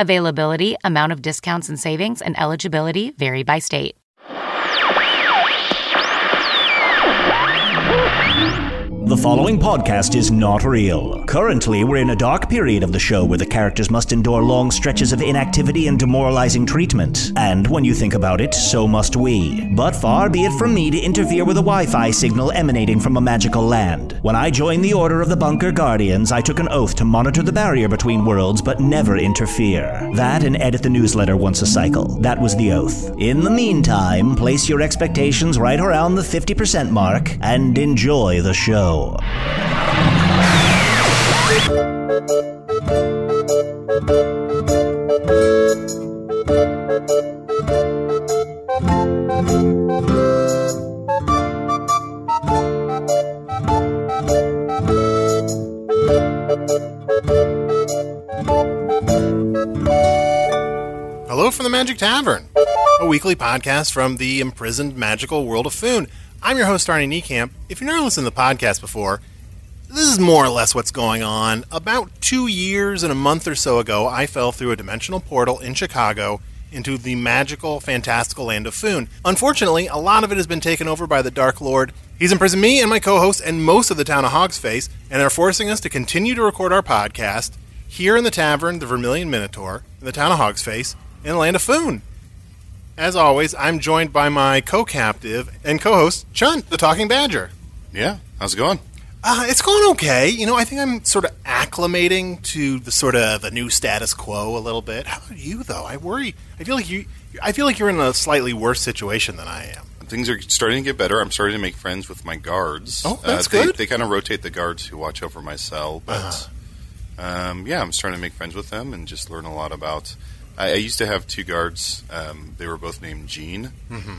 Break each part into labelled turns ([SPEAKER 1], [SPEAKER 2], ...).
[SPEAKER 1] Availability, amount of discounts and savings, and eligibility vary by state.
[SPEAKER 2] The following podcast is not real. Currently, we're in a dark period of the show where the characters must endure long stretches of inactivity and demoralizing treatment. And when you think about it, so must we. But far be it from me to interfere with a Wi Fi signal emanating from a magical land. When I joined the Order of the Bunker Guardians, I took an oath to monitor the barrier between worlds but never interfere. That and edit the newsletter once a cycle. That was the oath. In the meantime, place your expectations right around the 50% mark and enjoy the show.
[SPEAKER 3] Hello from the Magic Tavern, a weekly podcast from the imprisoned magical world of Foon. I'm your host, Arnie Niekamp. If you've never listened to the podcast before, this is more or less what's going on. About two years and a month or so ago, I fell through a dimensional portal in Chicago into the magical, fantastical land of Foon. Unfortunately, a lot of it has been taken over by the Dark Lord. He's imprisoned me and my co host and most of the town of Hogsface, and are forcing us to continue to record our podcast here in the tavern, the Vermilion Minotaur, in the town of Hogsface, in the land of Foon. As always, I'm joined by my co-captive and co-host, Chunt, the Talking Badger.
[SPEAKER 4] Yeah, how's it going?
[SPEAKER 3] Uh, it's going okay. You know, I think I'm sort of acclimating to the sort of the new status quo a little bit. How about you, though? I worry. I feel like you. I feel like you're in a slightly worse situation than I am.
[SPEAKER 4] Things are starting to get better. I'm starting to make friends with my guards.
[SPEAKER 3] Oh, that's
[SPEAKER 4] uh, they,
[SPEAKER 3] good.
[SPEAKER 4] They kind of rotate the guards who watch over my cell, but
[SPEAKER 3] Uh-huh.
[SPEAKER 4] um, yeah, I'm starting to make friends with them and just learn a lot about. I, I used to have two guards. Um, they were both named Gene,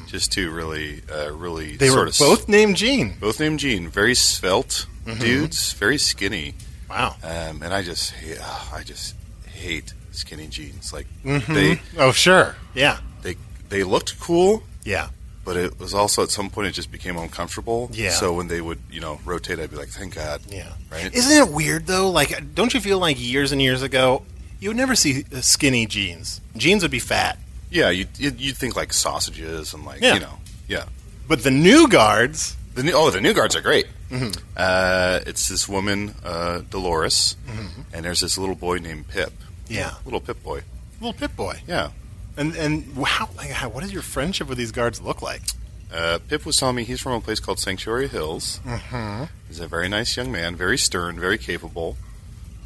[SPEAKER 4] just two really, uh, really
[SPEAKER 3] Mm-hmm. They
[SPEAKER 4] sort
[SPEAKER 3] were
[SPEAKER 4] of
[SPEAKER 3] both named Gene.
[SPEAKER 4] both named Gene. Very svelte dudes, very skinny,
[SPEAKER 3] Wow.
[SPEAKER 4] um, and I just hate, ah, I just hate skinny jeans. Like they
[SPEAKER 3] Oh, sure. Yeah.
[SPEAKER 4] they they looked cool,
[SPEAKER 3] Yeah.
[SPEAKER 4] but it was also at some point it just became uncomfortable.
[SPEAKER 3] Yeah.
[SPEAKER 4] So when they would, you know, rotate, I'd be like, "Thank God."
[SPEAKER 3] Yeah.
[SPEAKER 4] Right.
[SPEAKER 3] Isn't it weird though? Like, don't you feel like years and years ago, you would never see uh, skinny jeans. Jeans would be fat.
[SPEAKER 4] yeah. You you'd you'd think like sausages and like
[SPEAKER 3] Yeah.
[SPEAKER 4] you know yeah.
[SPEAKER 3] But the new guards.
[SPEAKER 4] The new, oh, the new guards are great.
[SPEAKER 3] Mm-hmm.
[SPEAKER 4] Uh, it's this woman, uh, Dolores, and there's this little boy named Pip.
[SPEAKER 3] Mm-hmm. Yeah.
[SPEAKER 4] Little Pip boy.
[SPEAKER 3] Little Pip Boy.
[SPEAKER 4] Yeah.
[SPEAKER 3] And and wow, like, how, what does your friendship with these guards look like?
[SPEAKER 4] Uh, Pip was telling me he's from a place called Sanctuary Hills.
[SPEAKER 3] Mm-hmm.
[SPEAKER 4] He's a very nice young man, very stern, very capable,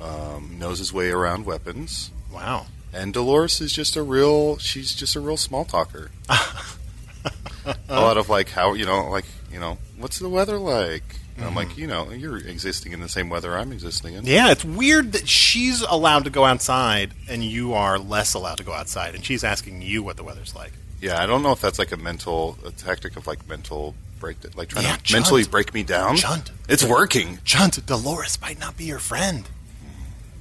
[SPEAKER 4] um, knows his way around weapons.
[SPEAKER 3] Wow.
[SPEAKER 4] And Dolores is just a real. She's just a real small talker. a lot of like how you know, like you know, what's the weather like? And I'm like, you know, you're existing in the same weather I'm existing in.
[SPEAKER 3] Mm-hmm. Yeah, it's weird that she's allowed to go outside and you are less allowed to go outside, and she's asking you what the weather's like.
[SPEAKER 4] Yeah, I don't know if that's like a mental a tactic of like mental break, like trying
[SPEAKER 3] Yeah,
[SPEAKER 4] to
[SPEAKER 3] Chunt.
[SPEAKER 4] mentally break me down.
[SPEAKER 3] Chunt.
[SPEAKER 4] It's working.
[SPEAKER 3] John, Dolores might not be your friend.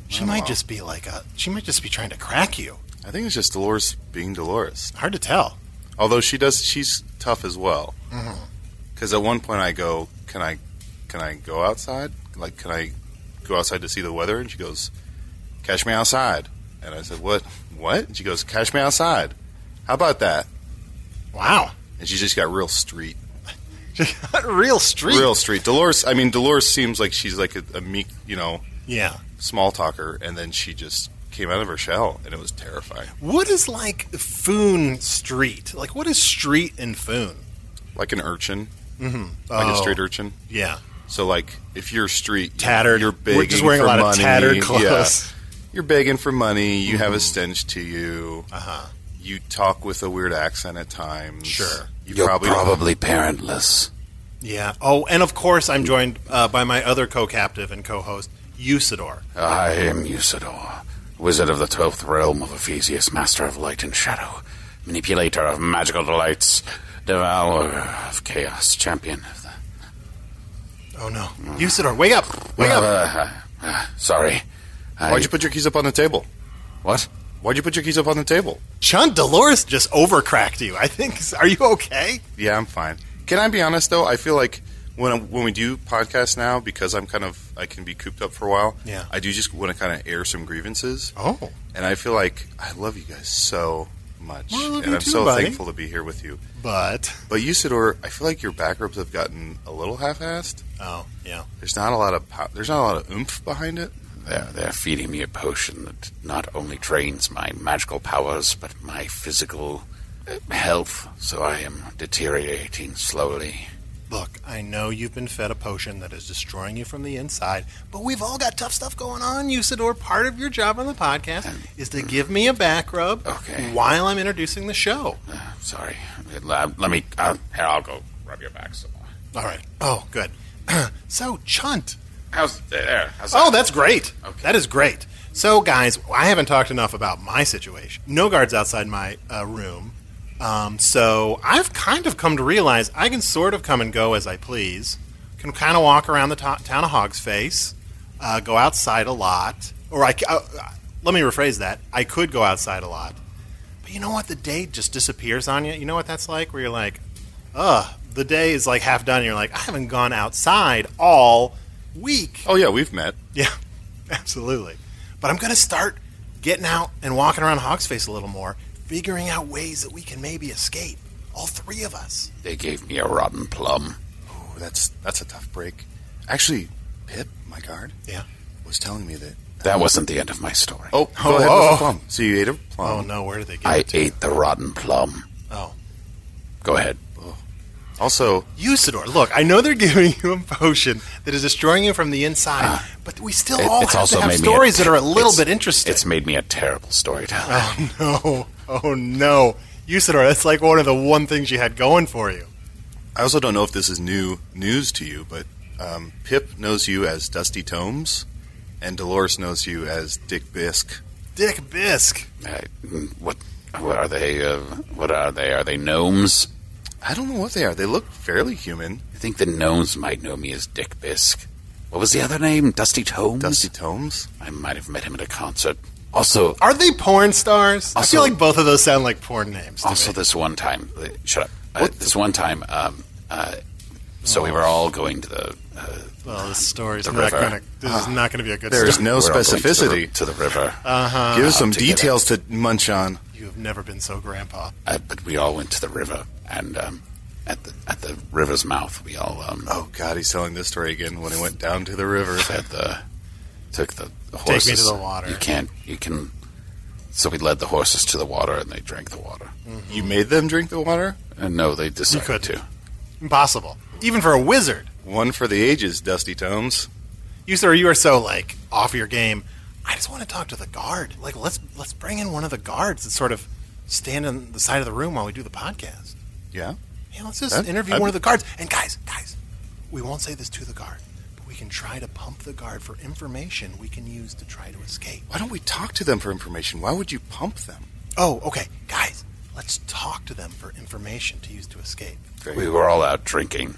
[SPEAKER 3] She might just be like a. She might just be trying to crack you.
[SPEAKER 4] I think it's just Dolores being Dolores.
[SPEAKER 3] Hard to tell.
[SPEAKER 4] Although she does, she's tough as well. Because at one point I go, "Can I, can I go outside? Like, can I go outside to see the weather?" And she goes, "Catch me outside." And I said, "What? What?" And she goes, "Catch me outside." How about that?
[SPEAKER 3] Wow.
[SPEAKER 4] And she just got real street,
[SPEAKER 3] Real street.
[SPEAKER 4] real street. Dolores. I mean, Dolores seems like she's like a, a meek, you know,
[SPEAKER 3] Yeah.
[SPEAKER 4] small talker, and then she just came out of her shell, and it was terrifying.
[SPEAKER 3] What is like Foon Street? Like what is street in Foon?
[SPEAKER 4] Like an urchin, like a street urchin.
[SPEAKER 3] Yeah.
[SPEAKER 4] So like, if you're street
[SPEAKER 3] Tattered.
[SPEAKER 4] you're
[SPEAKER 3] We're
[SPEAKER 4] begging
[SPEAKER 3] just wearing a
[SPEAKER 4] for
[SPEAKER 3] lot of
[SPEAKER 4] money.
[SPEAKER 3] tattered
[SPEAKER 4] Yeah.
[SPEAKER 3] clothes. Mm-hmm.
[SPEAKER 4] You're begging for money. You have a stench to you. Uh-huh. You talk with a weird accent at times.
[SPEAKER 3] Sure.
[SPEAKER 4] You
[SPEAKER 5] You're
[SPEAKER 4] probably,
[SPEAKER 5] probably, parentless.
[SPEAKER 3] Yeah. Oh, and of course I'm joined uh, by my other co-captive and co-host, Usador.
[SPEAKER 5] I am Usador, wizard of the twelfth realm of Ephesius, master of light and shadow, manipulator of magical delights, devourer of chaos, champion of the.
[SPEAKER 3] Oh no. Usador, wake up. Wake up.
[SPEAKER 5] Uh, uh, uh, sorry. I-
[SPEAKER 4] Why'd you put your keys up on the table?
[SPEAKER 5] What?
[SPEAKER 4] Why'd you put your keys up on the table?
[SPEAKER 3] Chun Dolores just overcracked you. I think are you okay?
[SPEAKER 4] Yeah, I'm fine. Can I be honest though? I feel like when when we do podcasts now, because I'm kind of I can be cooped up for a while.
[SPEAKER 3] Yeah.
[SPEAKER 4] I do just want to kind of air some grievances.
[SPEAKER 3] Oh.
[SPEAKER 4] and I feel like I love you guys so much,
[SPEAKER 3] Well, I love
[SPEAKER 4] and
[SPEAKER 3] you
[SPEAKER 4] I'm
[SPEAKER 3] too,
[SPEAKER 4] so
[SPEAKER 3] buddy.
[SPEAKER 4] thankful to be here with you.
[SPEAKER 3] But
[SPEAKER 4] But Usador, I feel like your back rubs have gotten a little half-assed.
[SPEAKER 3] Oh, yeah.
[SPEAKER 4] There's not a lot of po- there's not a lot of oomph behind it.
[SPEAKER 5] They're, they're feeding me a potion that not only drains my magical powers, but my physical uh, health, so I am deteriorating slowly.
[SPEAKER 3] Look, I know you've been fed a potion that is destroying you from the inside, but we've all got tough stuff going on, Usador. Part of your job on the podcast is to give me a back rub
[SPEAKER 5] Um, Okay.
[SPEAKER 3] while I'm introducing the show.
[SPEAKER 5] Uh, sorry. Uh, let me. Uh, here, I'll go rub your back some more.
[SPEAKER 3] All right. Oh, good. so, Chunt.
[SPEAKER 5] How's uh, there? How's
[SPEAKER 3] Oh,
[SPEAKER 5] that?
[SPEAKER 3] that's great.
[SPEAKER 5] Okay.
[SPEAKER 3] That is great. So, guys, I haven't talked enough about my situation. No guards outside my uh, room. Um, so, I've kind of come to realize I can sort of come and go as I please. Can kind of walk around the to- town of Hog's Face, uh, go outside a lot. Or, I, c- uh, uh, let me rephrase that I could go outside a lot. But you know what? The day just disappears on you. You know what that's like? Where you're like, ugh, the day is like half done. And you're like, I haven't gone outside all week.
[SPEAKER 4] Oh yeah, we've met.
[SPEAKER 3] Yeah, absolutely. But I'm going to start getting out and walking around Hawk's Face a little more, figuring out ways that we can maybe escape. All three of us.
[SPEAKER 5] They gave me a rotten plum.
[SPEAKER 4] Oh, that's that's a tough break. Actually, Pip, my guard,
[SPEAKER 3] Yeah.
[SPEAKER 4] was telling me that.
[SPEAKER 5] That wasn't the end of my story.
[SPEAKER 4] Oh, go
[SPEAKER 3] Oh,
[SPEAKER 4] ahead
[SPEAKER 3] oh.
[SPEAKER 4] with the plum. So you ate a plum.
[SPEAKER 3] Oh no, where did they get
[SPEAKER 5] I
[SPEAKER 3] it? to?
[SPEAKER 5] ate the rotten plum.
[SPEAKER 3] Oh,
[SPEAKER 5] Go ahead.
[SPEAKER 4] Also,
[SPEAKER 3] Usador. Look, I know they're giving you a potion that is destroying you from the inside, but we still
[SPEAKER 5] Ah. It-
[SPEAKER 3] all
[SPEAKER 5] it's
[SPEAKER 3] have
[SPEAKER 5] also
[SPEAKER 3] to have
[SPEAKER 5] made
[SPEAKER 3] stories
[SPEAKER 5] me a,
[SPEAKER 3] that are a little
[SPEAKER 5] it's-
[SPEAKER 3] bit interesting. Um.
[SPEAKER 5] It's made me a terrible storyteller.
[SPEAKER 3] no, oh no, Usador. That's like one of the one things you had going for you.
[SPEAKER 4] I also don't know if this is new news to you, but um, Pip knows you as Dusty Tomes, and Dolores knows you as Dick Bisk.
[SPEAKER 3] Dick Bisk.
[SPEAKER 5] I- mm, what? What are they? Uh, what are they? Are they gnomes?
[SPEAKER 4] I don't know what they are. They look fairly human.
[SPEAKER 5] I think the gnomes might know me as Dick Bisk. What was the other name? Dusty Tomes.
[SPEAKER 4] Dusty Tomes.
[SPEAKER 5] I might have met him at a concert. Also,
[SPEAKER 3] Are they porn stars? I
[SPEAKER 5] Also-
[SPEAKER 3] feel like both of those sound like porn names. to
[SPEAKER 5] also
[SPEAKER 3] me.
[SPEAKER 5] this one time. uh, Shut up. Uh, this one time. Um, uh, so
[SPEAKER 3] Oh.
[SPEAKER 5] we were all going to the. Uh,
[SPEAKER 3] Well, this story's
[SPEAKER 5] The
[SPEAKER 3] not
[SPEAKER 5] river. Ah.
[SPEAKER 3] going to. This is not going to be a good
[SPEAKER 4] There is
[SPEAKER 3] story.
[SPEAKER 4] no
[SPEAKER 5] we were all going to the-
[SPEAKER 4] specificity. Uh-huh.
[SPEAKER 5] to the river.
[SPEAKER 4] Give us some
[SPEAKER 5] together.
[SPEAKER 4] details to munch on.
[SPEAKER 3] You have never been so grandpa.
[SPEAKER 5] uh, but we all went to the river, and um, at the at the river's mouth, we all um,
[SPEAKER 4] Oh God, he's telling this story again when he went down to the river.
[SPEAKER 5] fed the took the horses.
[SPEAKER 3] me to the water.
[SPEAKER 5] You can't. You can. So we led the horses to the water, and they drank the water.
[SPEAKER 4] You made them drink the water.
[SPEAKER 5] And no, they decided
[SPEAKER 3] could.
[SPEAKER 5] to.
[SPEAKER 3] Impossible, even for a wizard.
[SPEAKER 4] One for the ages, Dusty Tomes.
[SPEAKER 3] You sir, you are so like off your game. I just want to talk to the guard. Like, let's let's bring in one of the guards that sort of stand on the side of the room while we do the podcast.
[SPEAKER 4] Yeah.
[SPEAKER 3] Yeah, let's just
[SPEAKER 4] That-
[SPEAKER 3] interview
[SPEAKER 4] that'd
[SPEAKER 3] one
[SPEAKER 4] be-
[SPEAKER 3] of the guards. And guys, guys, we won't say this to the guard, but we can try to pump the guard for information we can use to try to escape.
[SPEAKER 4] Why don't we talk to them for information? Why would you pump them?
[SPEAKER 3] Oh, okay, guys, let's talk to them for information to use to escape.
[SPEAKER 5] We were all out drinking,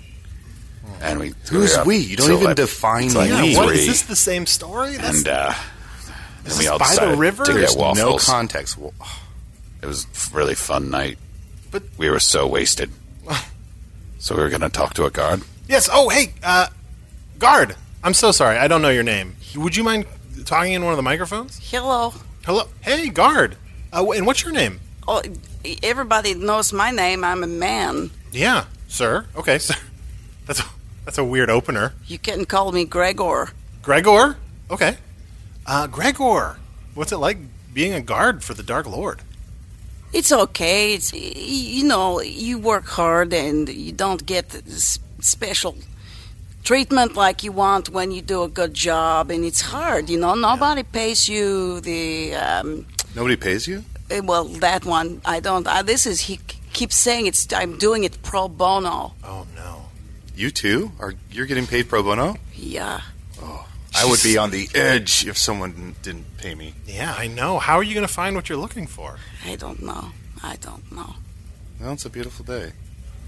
[SPEAKER 5] and we.
[SPEAKER 4] Hmm. Who's
[SPEAKER 5] were up
[SPEAKER 4] we? You don't
[SPEAKER 5] till
[SPEAKER 4] even
[SPEAKER 5] like-
[SPEAKER 4] define
[SPEAKER 5] till like
[SPEAKER 4] Yeah,
[SPEAKER 3] Yeah,
[SPEAKER 4] we.
[SPEAKER 3] what
[SPEAKER 5] three.
[SPEAKER 3] is this the same story? That's
[SPEAKER 5] And uh,
[SPEAKER 3] This
[SPEAKER 5] and we
[SPEAKER 3] is
[SPEAKER 5] all
[SPEAKER 3] by the
[SPEAKER 5] decided
[SPEAKER 3] river?
[SPEAKER 5] to
[SPEAKER 4] There's
[SPEAKER 5] get
[SPEAKER 4] no
[SPEAKER 5] waffles.
[SPEAKER 4] context. Well,
[SPEAKER 5] it was a really fun night.
[SPEAKER 3] But-
[SPEAKER 5] we were so wasted. so we were gonna talk to a guard.
[SPEAKER 3] Yes. Oh, hey, uh, guard. I'm so sorry. I don't know your name. Would you mind talking in one of the microphones?
[SPEAKER 6] Hello.
[SPEAKER 3] Hello. Hey, guard. Uh, and what's your name?
[SPEAKER 6] Oh, everybody knows my name. I'm a man.
[SPEAKER 3] Yeah, sir. Okay, sir. That's a, that's a weird opener.
[SPEAKER 6] You can call me Gregor.
[SPEAKER 3] Gregor. Okay. Uh, Gregor. What's it like being a guard for the Dark Lord?
[SPEAKER 6] It's okay. It's y- you know you work hard and you don't get s- special treatment like you want when you do a good job, and it's hard. You know nobody pays you the um,
[SPEAKER 4] nobody pays you.
[SPEAKER 6] eh, well that one. I don't. I, this is he k- keeps saying it's. I'm doing it pro bono.
[SPEAKER 3] Oh no.
[SPEAKER 4] You too are. You're getting paid pro bono.
[SPEAKER 6] Yeah.
[SPEAKER 4] I would be on the edge if someone didn't pay me.
[SPEAKER 3] Yeah, I know. How are you going to find what you're looking for?
[SPEAKER 6] I don't know. I don't know.
[SPEAKER 4] Well, it's a beautiful day.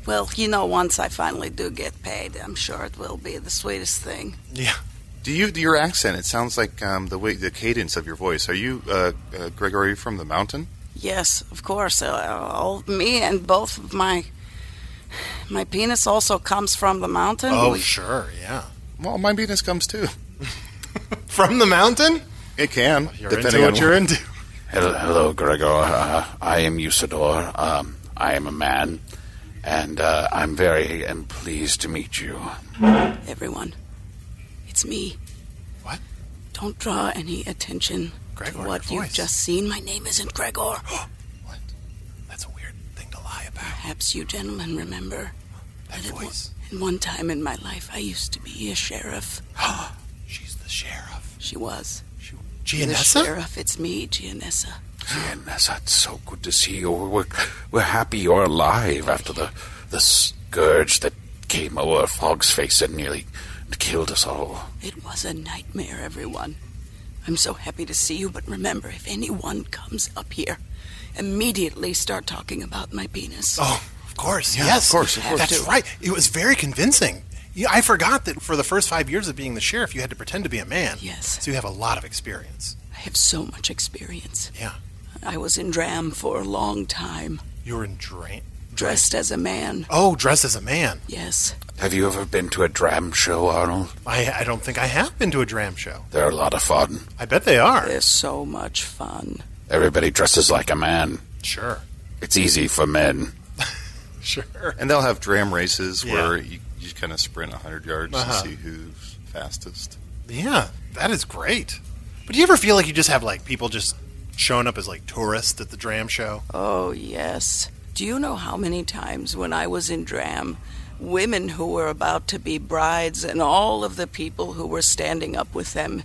[SPEAKER 6] Well, you know, once I finally do get paid, I'm sure it will be the sweetest thing.
[SPEAKER 3] Yeah.
[SPEAKER 4] Do you your accent? It sounds like um, the way the cadence of your voice. Are you uh, uh, Gregory from the mountain?
[SPEAKER 6] Yes, of course. Uh, all me and both of my my penis also comes from the mountain.
[SPEAKER 3] Oh,
[SPEAKER 6] We-
[SPEAKER 3] sure. Yeah.
[SPEAKER 4] Well, my penis comes too.
[SPEAKER 3] From the mountain?
[SPEAKER 4] It can
[SPEAKER 3] You're
[SPEAKER 4] depending
[SPEAKER 3] into
[SPEAKER 4] on
[SPEAKER 3] what you're into.
[SPEAKER 5] Hello, hello Gregor. Uh, I am Usador. Um, I am a man, and uh, I'm very am pleased to meet you.
[SPEAKER 6] Everyone, it's me.
[SPEAKER 3] What?
[SPEAKER 6] Don't draw any attention
[SPEAKER 3] Gregor,
[SPEAKER 6] to what
[SPEAKER 3] your
[SPEAKER 6] you've
[SPEAKER 3] voice.
[SPEAKER 6] just seen. My name isn't Gregor.
[SPEAKER 3] What? That's a weird thing to lie about.
[SPEAKER 6] Perhaps you gentlemen remember
[SPEAKER 3] That
[SPEAKER 6] that at one,
[SPEAKER 3] voice.
[SPEAKER 6] at one time in my life I used to be a sheriff.
[SPEAKER 3] She's the sheriff.
[SPEAKER 6] She was.
[SPEAKER 3] She,
[SPEAKER 6] The
[SPEAKER 3] Gianessa?
[SPEAKER 6] sheriff, it's me, Gianessa.
[SPEAKER 5] And that's, that's so good to see you. We're, we're happy you're alive after the the scourge that came over Fog's face and nearly killed us all.
[SPEAKER 6] It was a nightmare, everyone. I'm so happy to see you, but remember, if anyone comes up here, immediately start talking about my penis.
[SPEAKER 3] Oh, of course. yes.
[SPEAKER 4] of course, of course.
[SPEAKER 3] That's
[SPEAKER 6] Have to.
[SPEAKER 3] right. It was very convincing. Yeah, I forgot that for the first five years of being the sheriff, you had to pretend to be a man.
[SPEAKER 6] Yes.
[SPEAKER 3] So you have a lot of experience.
[SPEAKER 6] I have so much experience.
[SPEAKER 3] Yeah.
[SPEAKER 6] I was in Dram for a long time,
[SPEAKER 3] You were in drain.
[SPEAKER 6] dressed as a man.
[SPEAKER 3] Oh, dressed as a man.
[SPEAKER 6] Yes,
[SPEAKER 5] Have you ever been to a dram show, Arnold?
[SPEAKER 3] I, I don't think I have been to a dram show.
[SPEAKER 5] They're a lot of fun.
[SPEAKER 3] I bet they are.
[SPEAKER 4] Uh,
[SPEAKER 6] they're so much fun.
[SPEAKER 5] Everybody dresses like a man.
[SPEAKER 3] Sure.
[SPEAKER 5] It's easy for men.
[SPEAKER 3] Sure.
[SPEAKER 4] And they'll have dram races
[SPEAKER 3] Yeah.
[SPEAKER 4] where you, you kind of sprint 100 yards
[SPEAKER 3] Uh-huh.
[SPEAKER 4] to see who's fastest.
[SPEAKER 3] Yeah, that is great. But do you ever feel like you just have like people just showing up as like tourists at the dram show?
[SPEAKER 6] Oh, yes. Do you know how many times when I was in Dram, women who were about to be brides and all of the people who were standing up with them,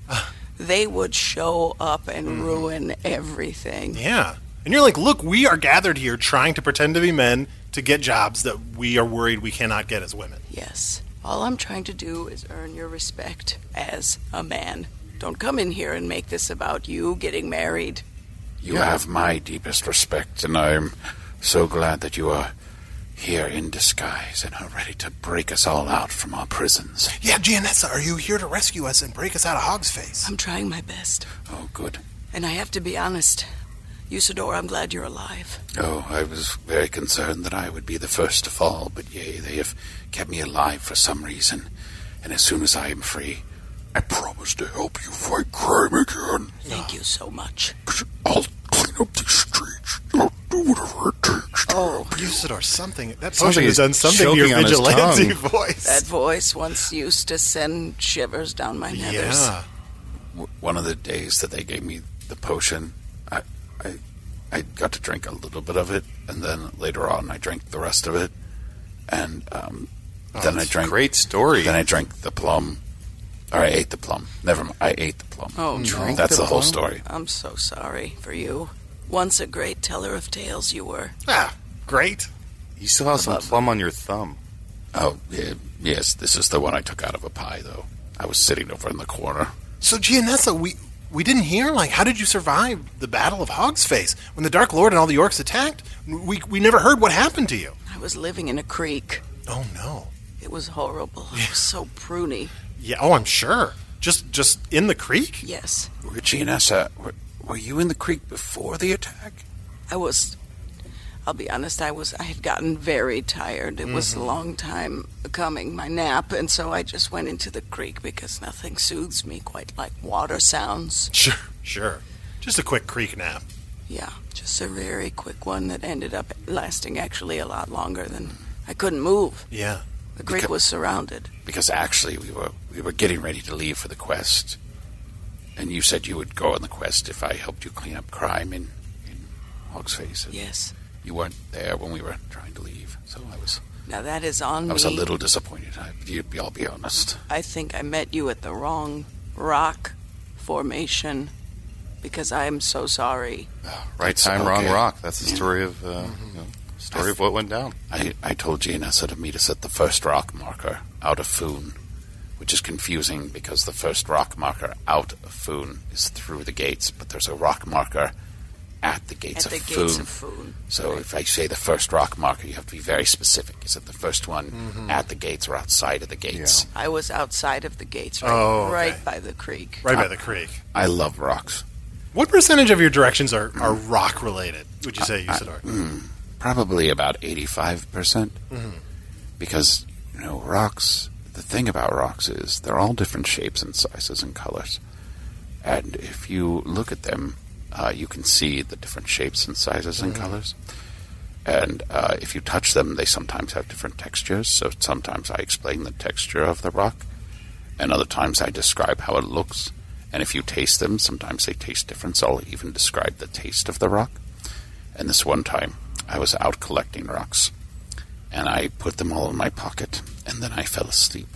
[SPEAKER 6] they would show up and ruin everything?
[SPEAKER 3] Yeah. And you're like, look, we are gathered here trying to pretend to be men to get jobs that we are worried we cannot get as women.
[SPEAKER 6] Yes. All I'm trying to do is earn your respect as a man. Don't come in here and make this about you getting married.
[SPEAKER 5] You have my deepest respect, and I'm so glad that you are here in disguise and are ready to break us all out from our prisons.
[SPEAKER 3] Yeah, Gianessa, are you here to rescue us and break us out of Hog's Face?
[SPEAKER 6] I'm trying my best.
[SPEAKER 5] Oh, good.
[SPEAKER 6] And I have to be honest. Usador, I'm glad you're alive.
[SPEAKER 5] Oh, I was very concerned that I would be the first to fall, but yea, they have kept me alive for some reason. And as soon as I am free, I promise to help you fight crime again.
[SPEAKER 6] Thank you so much.
[SPEAKER 5] I'll clean up the streets. I'll do whatever it takes. to
[SPEAKER 6] Oh,
[SPEAKER 3] Usador, something. That
[SPEAKER 4] Sounds
[SPEAKER 3] potion has
[SPEAKER 4] like he's
[SPEAKER 3] done something to your
[SPEAKER 4] choking on his
[SPEAKER 3] vigilante
[SPEAKER 4] tongue.
[SPEAKER 3] voice.
[SPEAKER 6] That voice once used to send shivers down my nethers.
[SPEAKER 3] yeah.
[SPEAKER 5] w- one of the days that they gave me the potion, I, I, I got to drink a little bit of it, and then later on I drank the rest of it, and um, then I drank.
[SPEAKER 4] Oh, Great story.
[SPEAKER 5] Then I drank the plum, or I ate the plum. Never mind, I ate the plum.
[SPEAKER 6] Oh, no. Drank
[SPEAKER 5] that's
[SPEAKER 4] the
[SPEAKER 5] the, whole
[SPEAKER 4] plum?
[SPEAKER 5] story.
[SPEAKER 6] I'm so sorry for you. Once a great teller of tales you were.
[SPEAKER 3] Ah, great.
[SPEAKER 4] you still have some plum on your thumb.
[SPEAKER 5] Oh, yeah, yes, this is the one I took out of a pie, though. I was sitting over in the corner.
[SPEAKER 3] So, Gianessa, we we didn't hear. Like, how did you survive the Battle of Hog's Face when the Dark Lord and all the orcs attacked? We we never heard what happened to you.
[SPEAKER 6] I was living in a creek.
[SPEAKER 3] Oh no.
[SPEAKER 6] It was horrible. I was so pruny.
[SPEAKER 3] Yeah. Oh, I'm sure. Just just in the creek?
[SPEAKER 6] Yes.
[SPEAKER 5] Regina, sir, were, were you in the creek before the attack?
[SPEAKER 6] I was I'll be honest, I was I had gotten very tired. It was a long time coming, my nap, and so I just went into the creek because nothing soothes me quite like water sounds.
[SPEAKER 3] Sure, sure. Just a quick creek nap.
[SPEAKER 6] Yeah, just a very quick one that ended up lasting actually a lot longer than I couldn't move.
[SPEAKER 3] Yeah.
[SPEAKER 6] The creek was surrounded.
[SPEAKER 5] Because actually, we were we were getting ready to leave for the quest, and you said you would go on the quest if I helped you clean up crime in in Hog's Face. and
[SPEAKER 6] Yes.
[SPEAKER 5] You weren't there when we were trying to leave, so I was
[SPEAKER 6] Now that is on
[SPEAKER 5] I was a
[SPEAKER 6] me.
[SPEAKER 5] little disappointed. I, you'd be, I'll be honest.
[SPEAKER 6] I think I met you at the wrong rock formation because I am so sorry.
[SPEAKER 4] Oh, Right time, wrong
[SPEAKER 5] okay.
[SPEAKER 4] rock. That's the story of uh,
[SPEAKER 3] Mm-hmm.
[SPEAKER 4] you know, story of what went down.
[SPEAKER 5] I, I told Gina so to meet us at the first rock marker out of Foon, which is confusing because the first rock marker out of Foon is through the gates, but there's a rock marker at the gates,
[SPEAKER 6] at
[SPEAKER 5] of,
[SPEAKER 6] the
[SPEAKER 5] Foon.
[SPEAKER 6] gates of Foon.
[SPEAKER 5] So if I say the first rock marker, you have to be very specific. Is it the first one at the gates or outside of the gates?
[SPEAKER 6] I was outside of the gates, right,
[SPEAKER 3] Oh, okay.
[SPEAKER 6] right by the creek.
[SPEAKER 3] Right by the creek.
[SPEAKER 5] I love rocks.
[SPEAKER 3] What percentage of your directions are, are rock related, would you say, Usador?
[SPEAKER 5] hmm, probably about 85% percent
[SPEAKER 3] Mm-hmm.
[SPEAKER 5] because you know rocks the thing about rocks is they're all different shapes and sizes and colors and if you look at them uh, you can see the different shapes and sizes and
[SPEAKER 3] Mm-hmm.
[SPEAKER 5] colors and uh, if you touch them they sometimes have different textures so sometimes i explain the texture of the rock and other times i describe how it looks and if you taste them sometimes they taste different so i'll even describe the taste of the rock and this one time, I was out collecting rocks, and I put them all in my pocket, and then I fell asleep.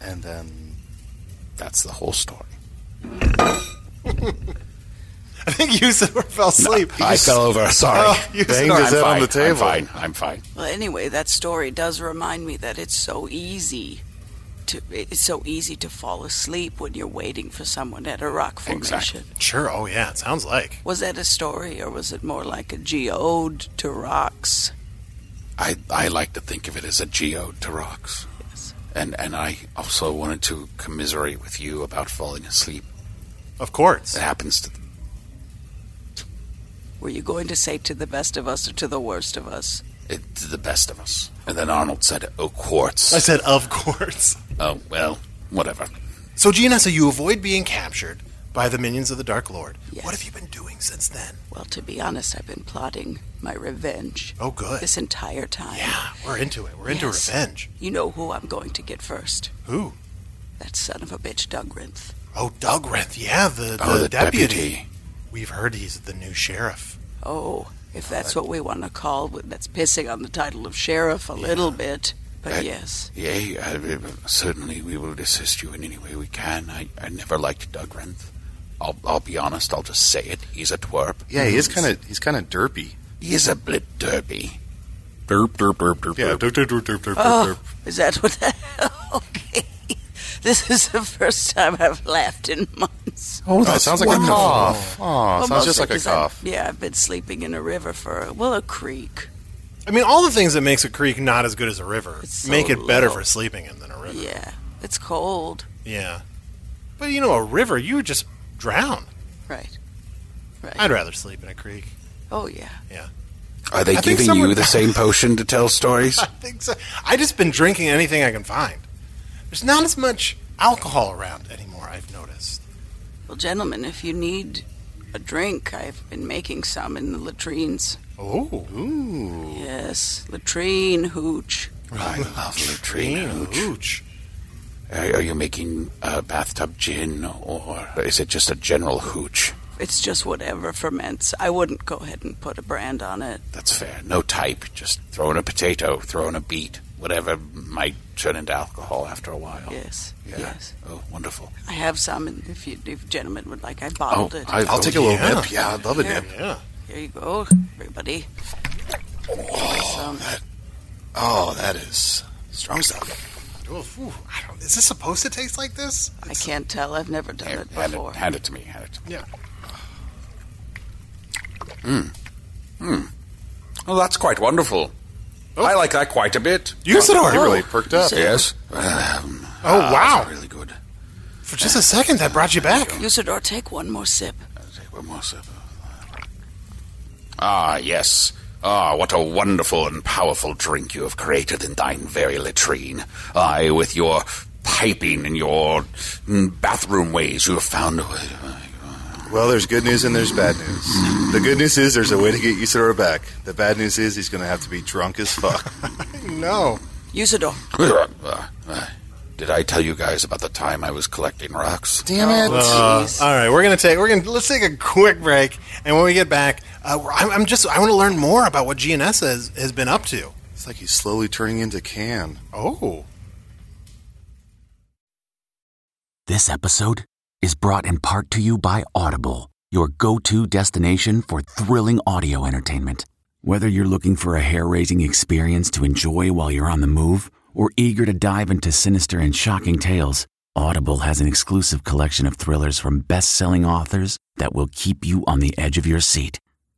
[SPEAKER 4] And then
[SPEAKER 5] That's the whole story.
[SPEAKER 3] I think Usador fell asleep.
[SPEAKER 5] I fell over. Sorry.
[SPEAKER 3] Oh, you
[SPEAKER 4] Banged his
[SPEAKER 5] I'm
[SPEAKER 4] head
[SPEAKER 5] fine.
[SPEAKER 4] on the table.
[SPEAKER 5] I'm fine. I'm fine.
[SPEAKER 6] Well, anyway, that story does remind me that it's so easy to it's so easy to fall asleep when you're waiting for someone at a rock formation.
[SPEAKER 5] Exactly.
[SPEAKER 3] Sure, oh yeah, it sounds like.
[SPEAKER 6] Was that a story, or was it more like a geode to rocks?
[SPEAKER 5] I, I like to think of it as a geode to rocks.
[SPEAKER 6] Yes.
[SPEAKER 5] And, and I also wanted to commiserate with you about falling asleep.
[SPEAKER 3] Of course.
[SPEAKER 5] It happens to.
[SPEAKER 6] Were you going to say to the best of us or to the worst of us?
[SPEAKER 5] It, to the best of us. And then Arnold said, "Oh, quartz."
[SPEAKER 3] I said, of course.
[SPEAKER 5] oh well, whatever.
[SPEAKER 3] So, Gina, so you avoid being captured by the minions of the Dark Lord.
[SPEAKER 6] Yes.
[SPEAKER 3] What have you been doing since then?
[SPEAKER 6] Well, to be honest, I've been plotting my revenge
[SPEAKER 3] Oh, good.
[SPEAKER 6] this entire time.
[SPEAKER 3] yeah, we're into it. We're into
[SPEAKER 6] Yes.
[SPEAKER 3] revenge.
[SPEAKER 6] You know who I'm going to get first?
[SPEAKER 3] Who?
[SPEAKER 6] That son of a bitch, Doug Rinth.
[SPEAKER 3] Oh, Dugrenth. Yeah, the, the,
[SPEAKER 5] Oh, the
[SPEAKER 3] deputy.
[SPEAKER 5] deputy.
[SPEAKER 3] We've heard he's the new sheriff.
[SPEAKER 6] Oh, if that's what we want to call, that's pissing on the title of sheriff a little bit. But
[SPEAKER 5] That-
[SPEAKER 6] yes,
[SPEAKER 5] Yea, I, I- certainly we will assist you in any way we can. I, I never liked Doug Renth. I'll, I'll be honest, I'll just say it. He's a twerp.
[SPEAKER 4] yeah, he is kind of he's kind of derpy.
[SPEAKER 5] He is a blit derpy.
[SPEAKER 4] Derp derp derp derp. Yeah, derp derp derp derp derp. derp.
[SPEAKER 6] Oh, is that what? okay, this is the first time I've laughed in months.
[SPEAKER 4] Oh, that sounds like a cough. Oh,
[SPEAKER 6] Well,
[SPEAKER 4] sounds just
[SPEAKER 6] mostly
[SPEAKER 4] like a
[SPEAKER 6] 'cause I'm-
[SPEAKER 4] cough.
[SPEAKER 6] yeah, I've been sleeping in a river for well, a creek.
[SPEAKER 3] I mean, all the things that makes a creek not as good as a river
[SPEAKER 6] It's so
[SPEAKER 3] make it better
[SPEAKER 6] low.
[SPEAKER 3] for sleeping in than a river.
[SPEAKER 6] Yeah, it's cold.
[SPEAKER 3] Yeah. But, you know, a river, you would just drown.
[SPEAKER 6] Right. Right.
[SPEAKER 3] I'd rather sleep in a creek.
[SPEAKER 6] oh yeah.
[SPEAKER 3] Yeah.
[SPEAKER 5] Are they
[SPEAKER 3] I think
[SPEAKER 5] giving
[SPEAKER 3] someone-
[SPEAKER 5] you the same potion to tell stories?
[SPEAKER 3] I think so. I just been drinking anything I can find. There's not as much alcohol around anymore, I've noticed.
[SPEAKER 6] Well, gentlemen, if you need a drink, I've been making some in the latrines.
[SPEAKER 3] Oh.
[SPEAKER 6] Yes, latrine hooch.
[SPEAKER 5] I love Latrina.
[SPEAKER 3] Ouch.
[SPEAKER 5] Are, are you making uh, bathtub gin, or is it just a general hooch?
[SPEAKER 6] It's just whatever ferments. I wouldn't go ahead and put a brand on it.
[SPEAKER 5] That's fair. No type. Just throw in a potato, throw in a beet, whatever might turn into alcohol after a while.
[SPEAKER 6] Yes.
[SPEAKER 5] Oh, Yeah.
[SPEAKER 6] Yes.
[SPEAKER 5] Oh, wonderful.
[SPEAKER 6] I have some, and if you, if gentlemen would like, I
[SPEAKER 5] Oh,
[SPEAKER 6] bottled it.
[SPEAKER 5] I-
[SPEAKER 4] I'll take a little
[SPEAKER 3] yeah.
[SPEAKER 4] nip. Yeah, I'd love a nip.
[SPEAKER 3] Yeah.
[SPEAKER 6] Here you go, everybody. Some-
[SPEAKER 4] Oh, that is strong stuff.
[SPEAKER 3] Oof, ooh, I don't, is this supposed to taste like this?
[SPEAKER 6] I can't tell. I've never done it
[SPEAKER 5] Hand
[SPEAKER 6] before.
[SPEAKER 5] it, hand it to me. Hand it to me.
[SPEAKER 3] Yeah.
[SPEAKER 5] Oh, Hmm. that's quite wonderful.
[SPEAKER 4] Oh.
[SPEAKER 5] I like that quite a bit.
[SPEAKER 3] Usador!
[SPEAKER 4] He really perked up.
[SPEAKER 5] Yes. Um,
[SPEAKER 3] Oh, wow.
[SPEAKER 5] Really good.
[SPEAKER 3] For just a second, that brought you back.
[SPEAKER 6] Usador, take one more sip.
[SPEAKER 5] I'll take one more sip. Ah, yes. Ah, what a wonderful and powerful drink you have created in thine very latrine. I, with your piping and your mm, bathroom ways, you have found.
[SPEAKER 4] Well, there's good news and there's bad news. The good news is there's a way to get Isidore back. The bad news is he's going to have to be drunk as fuck.
[SPEAKER 3] No.
[SPEAKER 6] Usador,
[SPEAKER 5] Did I tell you guys about the time I was collecting rocks?
[SPEAKER 4] Damn it!
[SPEAKER 3] Uh, all right, we're gonna take we're gonna let's take a quick break, and when we get back, uh, we're- I'm, I'm just I want to learn more about what GNS has has been up to.
[SPEAKER 4] It's like he's slowly turning into Can.
[SPEAKER 3] Oh,
[SPEAKER 7] This episode is brought in part to you by Audible, your go to destination for thrilling audio entertainment. Whether you're looking for a hair raising experience to enjoy while you're on the move or eager to dive into sinister and shocking tales, Audible has an exclusive collection of thrillers from best selling authors that will keep you on the edge of your seat.